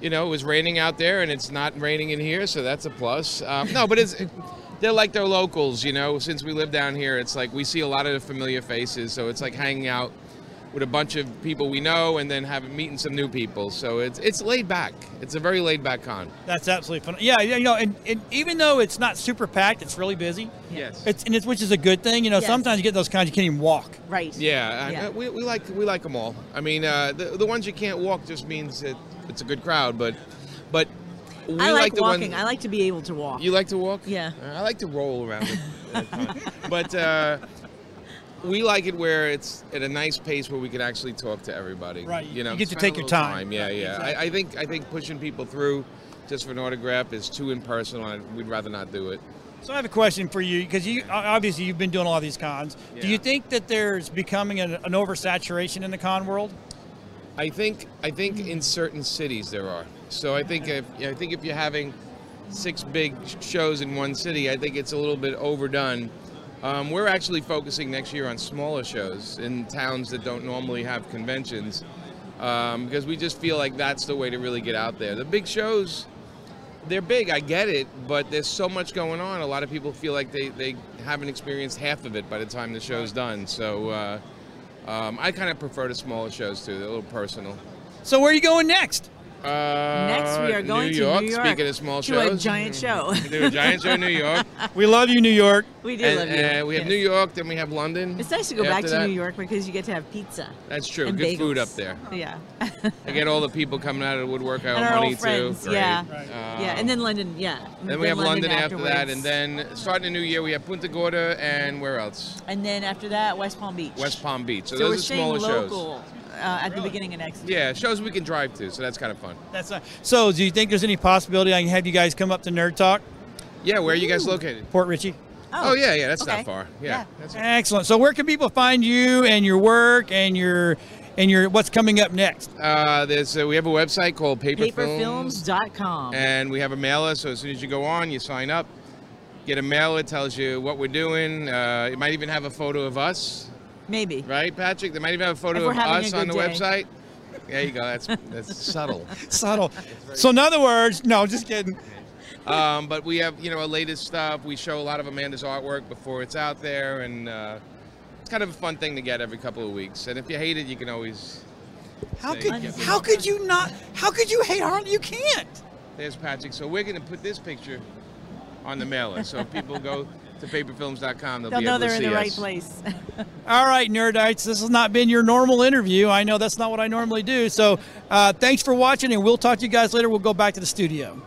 Speaker 12: you know, it was raining out there, and it's not raining in here, so that's a plus. Um, no, but it's they're like they're locals. You know, since we live down here, it's like we see a lot of familiar faces, so it's like hanging out with a bunch of people we know, and then having meeting some new people. So it's it's laid back. It's a very laid back con.
Speaker 3: That's absolutely fun. Yeah, yeah, you know, and, and even though it's not super packed, it's really busy.
Speaker 12: Yes.
Speaker 3: It's and it's which is a good thing. You know,
Speaker 12: Yes.
Speaker 3: sometimes you get those kinds you can't even walk.
Speaker 11: Right.
Speaker 12: Yeah, I-
Speaker 3: Yeah.
Speaker 12: I- we, we like we like them all. I mean, uh, the the ones you can't walk just means that it's a good crowd, but but we
Speaker 11: I like,
Speaker 12: the
Speaker 11: walking.
Speaker 12: ones.
Speaker 11: I like to be able to walk.
Speaker 12: You like to walk?
Speaker 11: Yeah.
Speaker 12: I like to roll around. it. but uh, we like it where it's at a nice pace where we can actually talk to everybody.
Speaker 3: Right,
Speaker 12: You know,
Speaker 3: you get to
Speaker 12: spend a
Speaker 3: take your
Speaker 12: little
Speaker 3: time.
Speaker 12: Yeah,
Speaker 3: Right,
Speaker 12: yeah. I, I think I think pushing people through just for an autograph is too impersonal. and We'd rather not do it.
Speaker 3: So I have a question for you because you o- obviously you've been doing a lot of these cons. Do you think that there's becoming an, an oversaturation in the con world?
Speaker 12: I think I think in certain cities there are. So I think if I think if you're having six big sh- shows in one city, I think it's a little bit overdone. Um, we're actually focusing next year on smaller shows in towns that don't normally have conventions um, because we just feel like that's the way to really get out there. The big shows, they're big, I get it, but there's so much going on. A lot of people feel like they, they haven't experienced half of it by the time the show's done. So uh, um, I kind of prefer the smaller shows too, they're a little personal.
Speaker 3: So where are you going next?
Speaker 12: Uh,
Speaker 11: Next, we are going
Speaker 12: New
Speaker 11: to
Speaker 12: York.
Speaker 11: New York
Speaker 12: Speaking of small
Speaker 11: to a
Speaker 12: shows, Mm-hmm.
Speaker 11: giant show.
Speaker 12: do a giant show in New York.
Speaker 3: We love you, New York.
Speaker 11: We do
Speaker 12: And,
Speaker 11: love New
Speaker 12: uh,
Speaker 11: York,
Speaker 12: we have
Speaker 11: yes.
Speaker 12: New York, then we have London.
Speaker 11: It's nice to go back
Speaker 12: after
Speaker 11: to
Speaker 12: that.
Speaker 11: New York because you get to have pizza.
Speaker 12: That's true.
Speaker 11: and
Speaker 12: Good food
Speaker 11: bagels.
Speaker 12: up there.
Speaker 11: Yeah.
Speaker 12: I get all the people coming out of the woodwork. I
Speaker 11: and
Speaker 12: owe
Speaker 11: our
Speaker 12: money
Speaker 11: old friends.
Speaker 12: too.
Speaker 11: Yeah.
Speaker 12: Great.
Speaker 11: yeah.
Speaker 12: Um,
Speaker 11: And then London. Yeah.
Speaker 12: then we have London, after that,
Speaker 11: afterwards.
Speaker 12: and then starting the new year, we have Punta Gorda and where else?
Speaker 11: And then after that, West Palm Beach.
Speaker 12: West Palm Beach. So,
Speaker 11: so we're
Speaker 12: those are
Speaker 11: staying
Speaker 12: smaller
Speaker 11: local
Speaker 12: shows.
Speaker 11: uh, at the beginning of next year.
Speaker 12: Yeah, shows we can drive to. So that's kind of fun.
Speaker 3: That's not, so. Do you think there's any possibility I can have you guys come up to Nerd Talk?
Speaker 12: Yeah, where are you guys located?
Speaker 3: Port Richey.
Speaker 12: Oh, yeah, yeah. That's
Speaker 3: okay.
Speaker 12: not far. Yeah. That's
Speaker 3: Excellent. So where can people find you and your work and your and your what's coming up next?
Speaker 12: Uh, there's uh, we have a website called Paper,
Speaker 11: Paperfilms.com.
Speaker 12: and we have a mailer. So as soon as you go on, you sign up, get a mailer. It tells you what we're doing. Uh, it might even have a photo of us.
Speaker 11: Maybe.
Speaker 12: Right, Patrick? They might even have
Speaker 11: If
Speaker 12: a photo
Speaker 11: we're
Speaker 12: of
Speaker 11: having a
Speaker 12: us on the
Speaker 11: good day.
Speaker 12: website. There you go. That's that's subtle.
Speaker 3: Subtle. So in other words, no, just kidding.
Speaker 12: Um, but we have you know our latest stuff. We show a lot of Amanda's artwork before it's out there, and uh, it's kind of a fun thing to get every couple of weeks. And if you hate it, you can always.
Speaker 9: How
Speaker 12: say,
Speaker 9: could
Speaker 12: "Get me
Speaker 9: how could you not? How could you hate Harlan? You can't.
Speaker 12: There's Patrick. So we're going to put this picture on the mailer. So if people go to paperfilms.com, they'll,
Speaker 11: They'll
Speaker 12: be
Speaker 11: know
Speaker 12: able to
Speaker 11: they're in
Speaker 12: see
Speaker 11: the
Speaker 12: us.
Speaker 11: right place.
Speaker 9: All right, nerdites, this has not been your normal interview. I know that's not what I normally do. So uh, thanks for watching, and we'll talk to you guys later. We'll go back to the studio.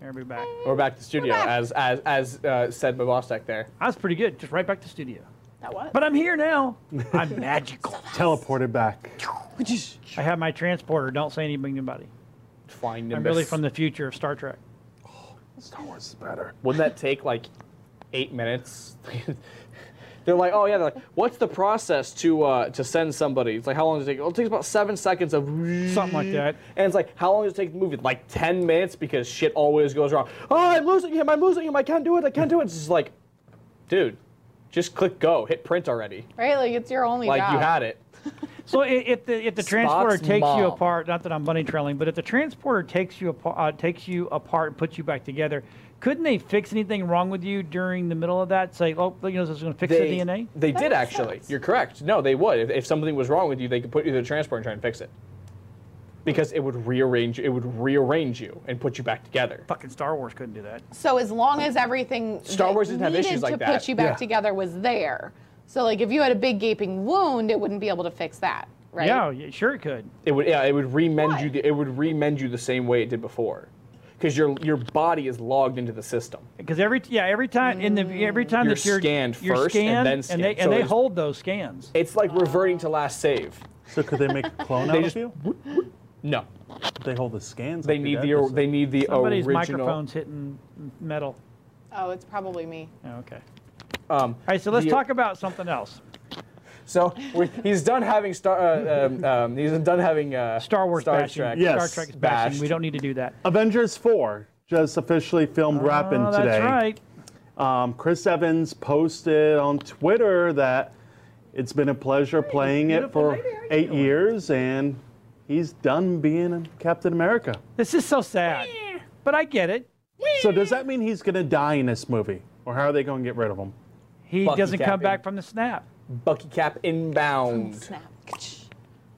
Speaker 9: Everybody back.
Speaker 1: We're back to studio, as as as uh, said by Bostek there.
Speaker 3: I was pretty good. Just right back to studio.
Speaker 2: That was.
Speaker 3: But I'm here now. I'm magical.
Speaker 4: Teleported back.
Speaker 3: I have my transporter. Don't say anything to anybody.
Speaker 1: Flying
Speaker 3: I'm
Speaker 1: Nimbus.
Speaker 3: really from the future of Star Trek.
Speaker 1: Star Wars is better. Wouldn't that take like eight minutes? They're like, oh yeah. They're like, what's the process to uh, to send somebody? It's like, how long does it take? Oh, it takes about seven seconds of something
Speaker 3: like that.
Speaker 1: And it's like, how long does it take the movie? Like ten minutes because shit always goes wrong. Oh, I'm losing him. I'm losing him. I can't do it. I can't do it. It's just like, dude, just click go. Hit print already.
Speaker 2: Right? Like it's your only
Speaker 1: like
Speaker 2: job.
Speaker 1: you had it.
Speaker 3: So i- if the if the
Speaker 1: Spock's
Speaker 3: transporter takes you
Speaker 1: mom.
Speaker 3: apart, not that I'm bunny trailing, but if the transporter takes you apart, uh, takes you apart and puts you back together, couldn't they fix anything wrong with you during the middle of that? Say, oh, you know, this is going to fix
Speaker 1: they,
Speaker 3: the DNA.
Speaker 1: They did actually. You're correct. No, they would. If, if something was wrong with you, they could put you through the transport and try and fix it. Because it would rearrange. It would rearrange you and put you back together.
Speaker 3: Fucking Star Wars couldn't do that.
Speaker 2: So as long as everything
Speaker 1: Star
Speaker 2: that
Speaker 1: Wars didn't have
Speaker 2: needed
Speaker 1: issues like
Speaker 2: to
Speaker 1: that.
Speaker 2: put you back
Speaker 1: Yeah.
Speaker 2: together was there. So like if you had a big gaping wound, it wouldn't be able to fix that, right?
Speaker 3: Yeah, yeah, sure it could.
Speaker 1: It would. Yeah, it would remend you. the- It would remend you the same way it did before. Because your your body is logged into the system.
Speaker 3: Because every yeah every time in the every time
Speaker 1: Mm. You're
Speaker 3: that you're
Speaker 1: scanned
Speaker 3: you're
Speaker 1: first and
Speaker 3: scanned,
Speaker 1: then
Speaker 3: and they
Speaker 1: scanned. So
Speaker 3: and they
Speaker 1: it's-
Speaker 3: hold those scans.
Speaker 1: It's like reverting to last save.
Speaker 4: So could they make a clone
Speaker 1: They
Speaker 4: out
Speaker 1: just-
Speaker 4: of you?
Speaker 1: No.
Speaker 4: They hold the scans.
Speaker 1: They
Speaker 4: like
Speaker 1: need
Speaker 4: your
Speaker 1: the
Speaker 4: dad
Speaker 1: or-
Speaker 4: does.
Speaker 1: they need the
Speaker 3: Somebody's
Speaker 1: original.
Speaker 3: microphone's hitting metal.
Speaker 2: Oh, it's probably me.
Speaker 3: Oh, okay.
Speaker 1: Um,
Speaker 3: All right, so let's talk about something else.
Speaker 1: So we, he's done having star. Uh, um, um, he's done having uh, Star Wars. Star
Speaker 3: bashing.
Speaker 1: Trek.
Speaker 4: Yes.
Speaker 3: Star Trek is bashing. We don't need to do that.
Speaker 4: Avengers 4 just officially filmed wrapping
Speaker 3: Oh, that's
Speaker 4: today.
Speaker 3: right.
Speaker 4: Um, Chris Evans posted on Twitter that it's been a pleasure playing it for eight years, and he's done being Captain America.
Speaker 3: This is so sad, but I get it.
Speaker 4: So does that mean he's going to die in this movie, or how are they going to get rid of him?
Speaker 3: He
Speaker 4: Bucky
Speaker 3: doesn't come
Speaker 4: Cap
Speaker 3: back from the snap.
Speaker 1: Bucky Cap inbound.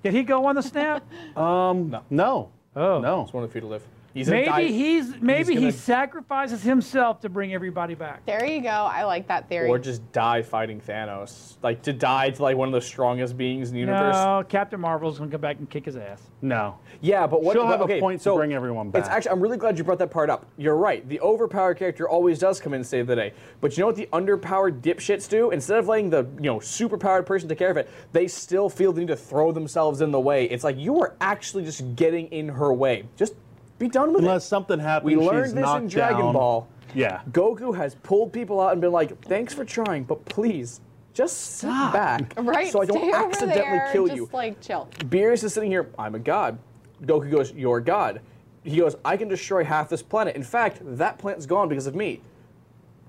Speaker 3: Did he go on the snap?
Speaker 4: Um, no. no.
Speaker 3: Oh.
Speaker 4: No.
Speaker 1: It's one of the few to live. He's gonna
Speaker 3: maybe
Speaker 1: die-
Speaker 3: he's maybe
Speaker 1: gonna-
Speaker 3: he sacrifices himself to bring everybody back.
Speaker 2: There you go. I like that theory.
Speaker 1: or just die fighting Thanos. Like to die to like one of the strongest beings in the universe.
Speaker 3: No, Captain Marvel's gonna come back and kick his ass.
Speaker 4: No.
Speaker 1: Yeah, but what?
Speaker 4: She'll have a
Speaker 1: okay,
Speaker 4: point to
Speaker 1: so
Speaker 4: bring everyone
Speaker 1: It's
Speaker 4: back.
Speaker 1: actually. I'm really glad you brought that part up. You're right. The overpowered character always does come in and save the day. But you know what the underpowered dipshits do? Instead of letting the you know superpowered person take care of it, they still feel the need to throw themselves in the way. It's like you are actually just getting in her way. Just be done with
Speaker 4: Unless
Speaker 1: it.
Speaker 4: something happens,
Speaker 1: We learned
Speaker 4: she's
Speaker 1: this in
Speaker 4: knocked
Speaker 1: Dragon
Speaker 4: down.
Speaker 1: Ball.
Speaker 4: Yeah.
Speaker 1: Goku has pulled people out and been like, "Thanks for trying, but please." Just sit
Speaker 2: Stop.
Speaker 1: back,
Speaker 2: Right.
Speaker 1: So I don't
Speaker 2: stay over
Speaker 1: accidentally
Speaker 2: there,
Speaker 1: kill
Speaker 2: just,
Speaker 1: you.
Speaker 2: like chill.
Speaker 1: Beerus is sitting here, I'm a god. Goku goes, You're a god. He goes, I can destroy half this planet. In fact, that planet's gone because of me.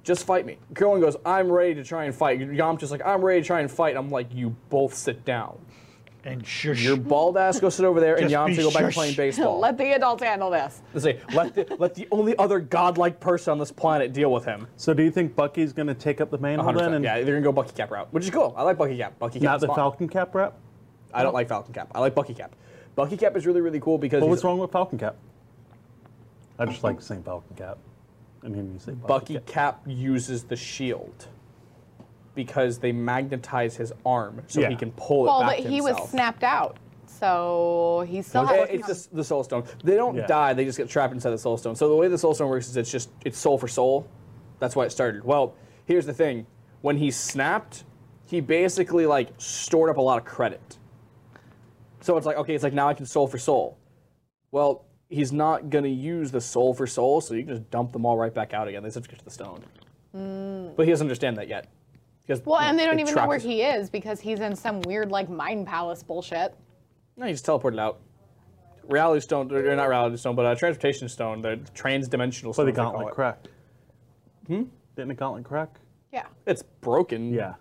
Speaker 1: Just fight me. Krillin goes, I'm ready to try and fight. Yamcha's like, I'm ready to try and fight. I'm like, You both sit down.
Speaker 3: And shush.
Speaker 1: Your bald ass go sit over there, and
Speaker 3: Just be
Speaker 1: Yamcha go back to
Speaker 3: shush.
Speaker 1: playing baseball.
Speaker 2: Let the adults handle this.
Speaker 1: They say, let the, let the only other godlike person on this planet deal with him.
Speaker 4: So do you think Bucky's going to take up the mantle then?
Speaker 1: 100%.
Speaker 4: And
Speaker 1: Yeah, they're gonna go Bucky Cap route, which is cool. I like Bucky Cap. Bucky Cap.
Speaker 4: not
Speaker 1: is
Speaker 4: the
Speaker 1: fun.
Speaker 4: Falcon Cap rep?
Speaker 1: I don't like Falcon Cap. I like Bucky Cap. Bucky Cap is really really cool because
Speaker 4: Well,
Speaker 1: he's-
Speaker 4: what's wrong with Falcon Cap? I just like saying Falcon Cap. I mean, you say Bucky.
Speaker 1: Bucky Cap uses the shield because they magnetize his arm so
Speaker 4: Yeah.
Speaker 1: he can pull it
Speaker 2: well,
Speaker 1: back
Speaker 2: but
Speaker 1: to
Speaker 2: he
Speaker 1: himself.
Speaker 2: was snapped out, so he still
Speaker 1: Eh,
Speaker 2: has.
Speaker 1: it's just the soul stone. They don't
Speaker 2: Yeah.
Speaker 1: die; they just get trapped inside the soul stone. So the way the soul stone works is it's just it's soul for soul. That's why it started. Well, here's the thing: when he snapped, he basically like stored up a lot of credit. So it's like okay, it's like now I can soul for soul. Well, he's not gonna use the soul for soul, so you can just dump them all right back out again. They just have to get to the stone.
Speaker 2: Mm.
Speaker 1: But he doesn't understand that yet. Because,
Speaker 2: Well,
Speaker 1: you
Speaker 2: and they don't
Speaker 1: it
Speaker 2: even know where
Speaker 1: tracks-
Speaker 2: he is because he's in some weird like mind palace bullshit.
Speaker 1: No, he just teleported out. Reality stone, or not reality stone, but uh, transportation stone, the transdimensional
Speaker 4: But
Speaker 1: stone.
Speaker 4: the
Speaker 1: as they call
Speaker 4: gauntlet
Speaker 1: it.
Speaker 4: cracked.
Speaker 1: Hmm?
Speaker 4: Didn't the gauntlet crack?
Speaker 2: Yeah.
Speaker 1: It's broken. Yeah.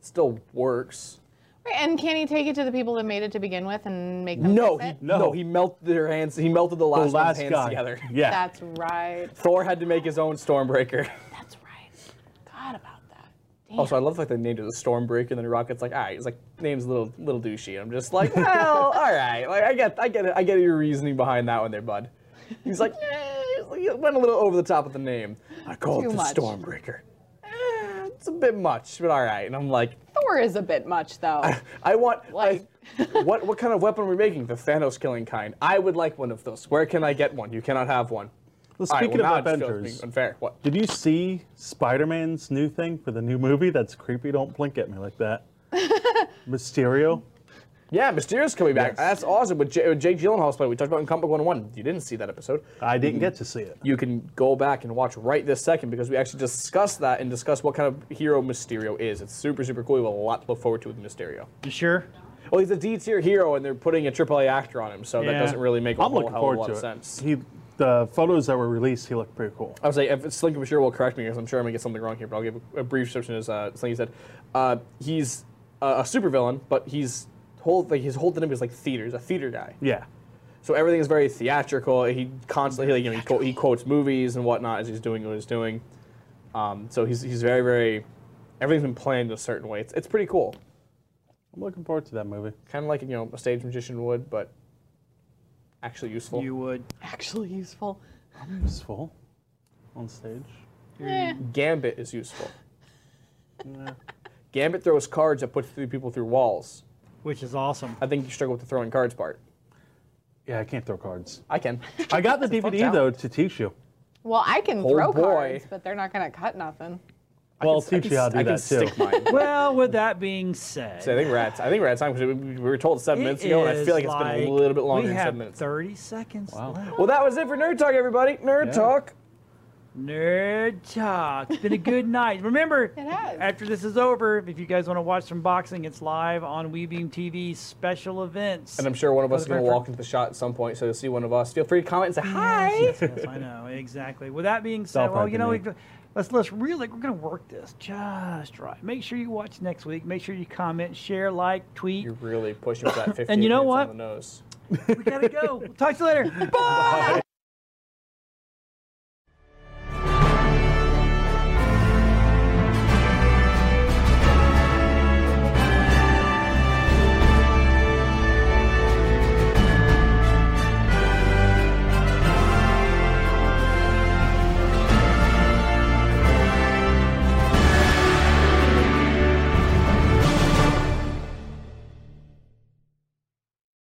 Speaker 1: Still works.
Speaker 2: Right, and can he take it to the people that made it to begin with and make them
Speaker 1: No,
Speaker 2: fix
Speaker 1: he
Speaker 2: it?
Speaker 1: no. he melted their hands. He melted the last, one's
Speaker 4: last
Speaker 1: hands
Speaker 4: guy.
Speaker 1: together.
Speaker 2: That's right.
Speaker 1: Thor had to make his own Stormbreaker.
Speaker 2: God about that.
Speaker 1: Also, Oh, I love like they named it the Stormbreaker, and then Rocket's like, all right, it's like name's a little little douchey. I'm just like, well, all right, like I get I get it, I get your reasoning behind that one there, bud. He's like, eh, it's like, it went a little over the top of the name. I call
Speaker 2: Too
Speaker 1: it the
Speaker 2: much.
Speaker 1: Stormbreaker. Eh, it's a bit much, but all right. And I'm like,
Speaker 2: Thor is a bit much though.
Speaker 1: I want like what what kind of weapon are we making? The Thanos killing kind. I would like one of those. Where can I get one? You cannot have one.
Speaker 4: Well,
Speaker 1: All right,
Speaker 4: speaking
Speaker 1: well,
Speaker 4: of
Speaker 1: now it just feels
Speaker 4: Avengers-
Speaker 1: being unfair. What?
Speaker 4: Did you see Spider-Man's new thing for the new movie? That's creepy. Don't blink at me like that. Mysterio.
Speaker 1: Yeah, Mysterio's coming back. That's awesome. With, J- with Jake Gyllenhaal's play, we talked about in Comic Book 101. You didn't see that episode.
Speaker 4: I didn't get to see it.
Speaker 1: You can go back and watch right this second because we actually discussed that and discussed what kind of hero Mysterio is. It's super, super cool. We have a lot to look forward to with Mysterio.
Speaker 3: You sure?
Speaker 1: Well, he's a D tier hero, and they're putting a AAA actor on him, so that
Speaker 4: Yeah.
Speaker 1: doesn't really make a
Speaker 4: I'm
Speaker 1: whole
Speaker 4: looking
Speaker 1: hell of a
Speaker 4: forward
Speaker 1: lot
Speaker 4: to
Speaker 1: of
Speaker 4: it.
Speaker 1: sense.
Speaker 4: He, the photos that were released, he looked pretty cool.
Speaker 1: I was like, if Slinky sure will correct me because I'm sure I'm gonna get something wrong here, but I'll give a brief description. As uh, Slinky said, uh, he's a, a supervillain, but he's whole like his whole thing is like theater. He's a theater guy,
Speaker 4: Yeah.
Speaker 1: so everything is very theatrical. He constantly like you know, he, quote, he quotes movies and whatnot as he's doing what he's doing. Um, so he's he's very very everything's been planned in a certain way. It's it's pretty cool.
Speaker 4: I'm looking forward to that movie.
Speaker 1: Kind of like you know a stage magician would, but actually useful. You
Speaker 3: would
Speaker 2: Actually useful.
Speaker 4: Useful on stage.
Speaker 2: Eh.
Speaker 1: Gambit is useful. Gambit throws cards that puts through people through walls.
Speaker 3: Which is awesome.
Speaker 1: I think you struggle with the throwing cards part.
Speaker 4: Yeah, I can't throw cards.
Speaker 1: I can.
Speaker 4: I got the
Speaker 1: It's a fun
Speaker 4: DVD
Speaker 1: talent.
Speaker 4: though to teach you.
Speaker 2: Well, I can
Speaker 4: Oh,
Speaker 2: throw
Speaker 4: boy.
Speaker 2: cards, but they're not gonna cut nothing.
Speaker 4: Well, I'll
Speaker 1: s- I
Speaker 4: teach
Speaker 1: can
Speaker 4: you how
Speaker 1: s-
Speaker 4: to do
Speaker 1: I can
Speaker 4: that too.
Speaker 1: stick mine.
Speaker 3: well, with that being said,
Speaker 1: So I think we're at I think we're at time because we, we were told seven
Speaker 3: it
Speaker 1: minutes ago, and I feel like
Speaker 3: is
Speaker 1: it's been
Speaker 3: like
Speaker 1: a little bit longer
Speaker 3: we
Speaker 1: than
Speaker 3: have
Speaker 1: seven minutes.
Speaker 3: 30 seconds left.
Speaker 1: Well, that was it for Nerd Talk, everybody. Nerd
Speaker 3: Yeah.
Speaker 1: Talk.
Speaker 3: Nerd talk. It's been a good night. Remember, after this is over, if you guys want to watch some boxing, it's live on WeBeam TV special events.
Speaker 1: And I'm sure one of us is
Speaker 3: For the
Speaker 1: going to
Speaker 3: very
Speaker 1: walk into the shot at some point, so you'll see one of us. Feel free to comment and say hi.
Speaker 3: first- Yes, I know exactly. With that being
Speaker 1: all
Speaker 3: said, well,
Speaker 1: part
Speaker 3: you
Speaker 1: of
Speaker 3: know,
Speaker 1: me.
Speaker 3: we, let's let's really we're gonna work this just right. Make sure you watch next week. Make sure you comment, share, like, tweet.
Speaker 1: You're really pushing for that 50
Speaker 3: And you know
Speaker 1: minutes
Speaker 3: what?
Speaker 1: on the nose.
Speaker 3: We gotta go. Talk to you later. Bye.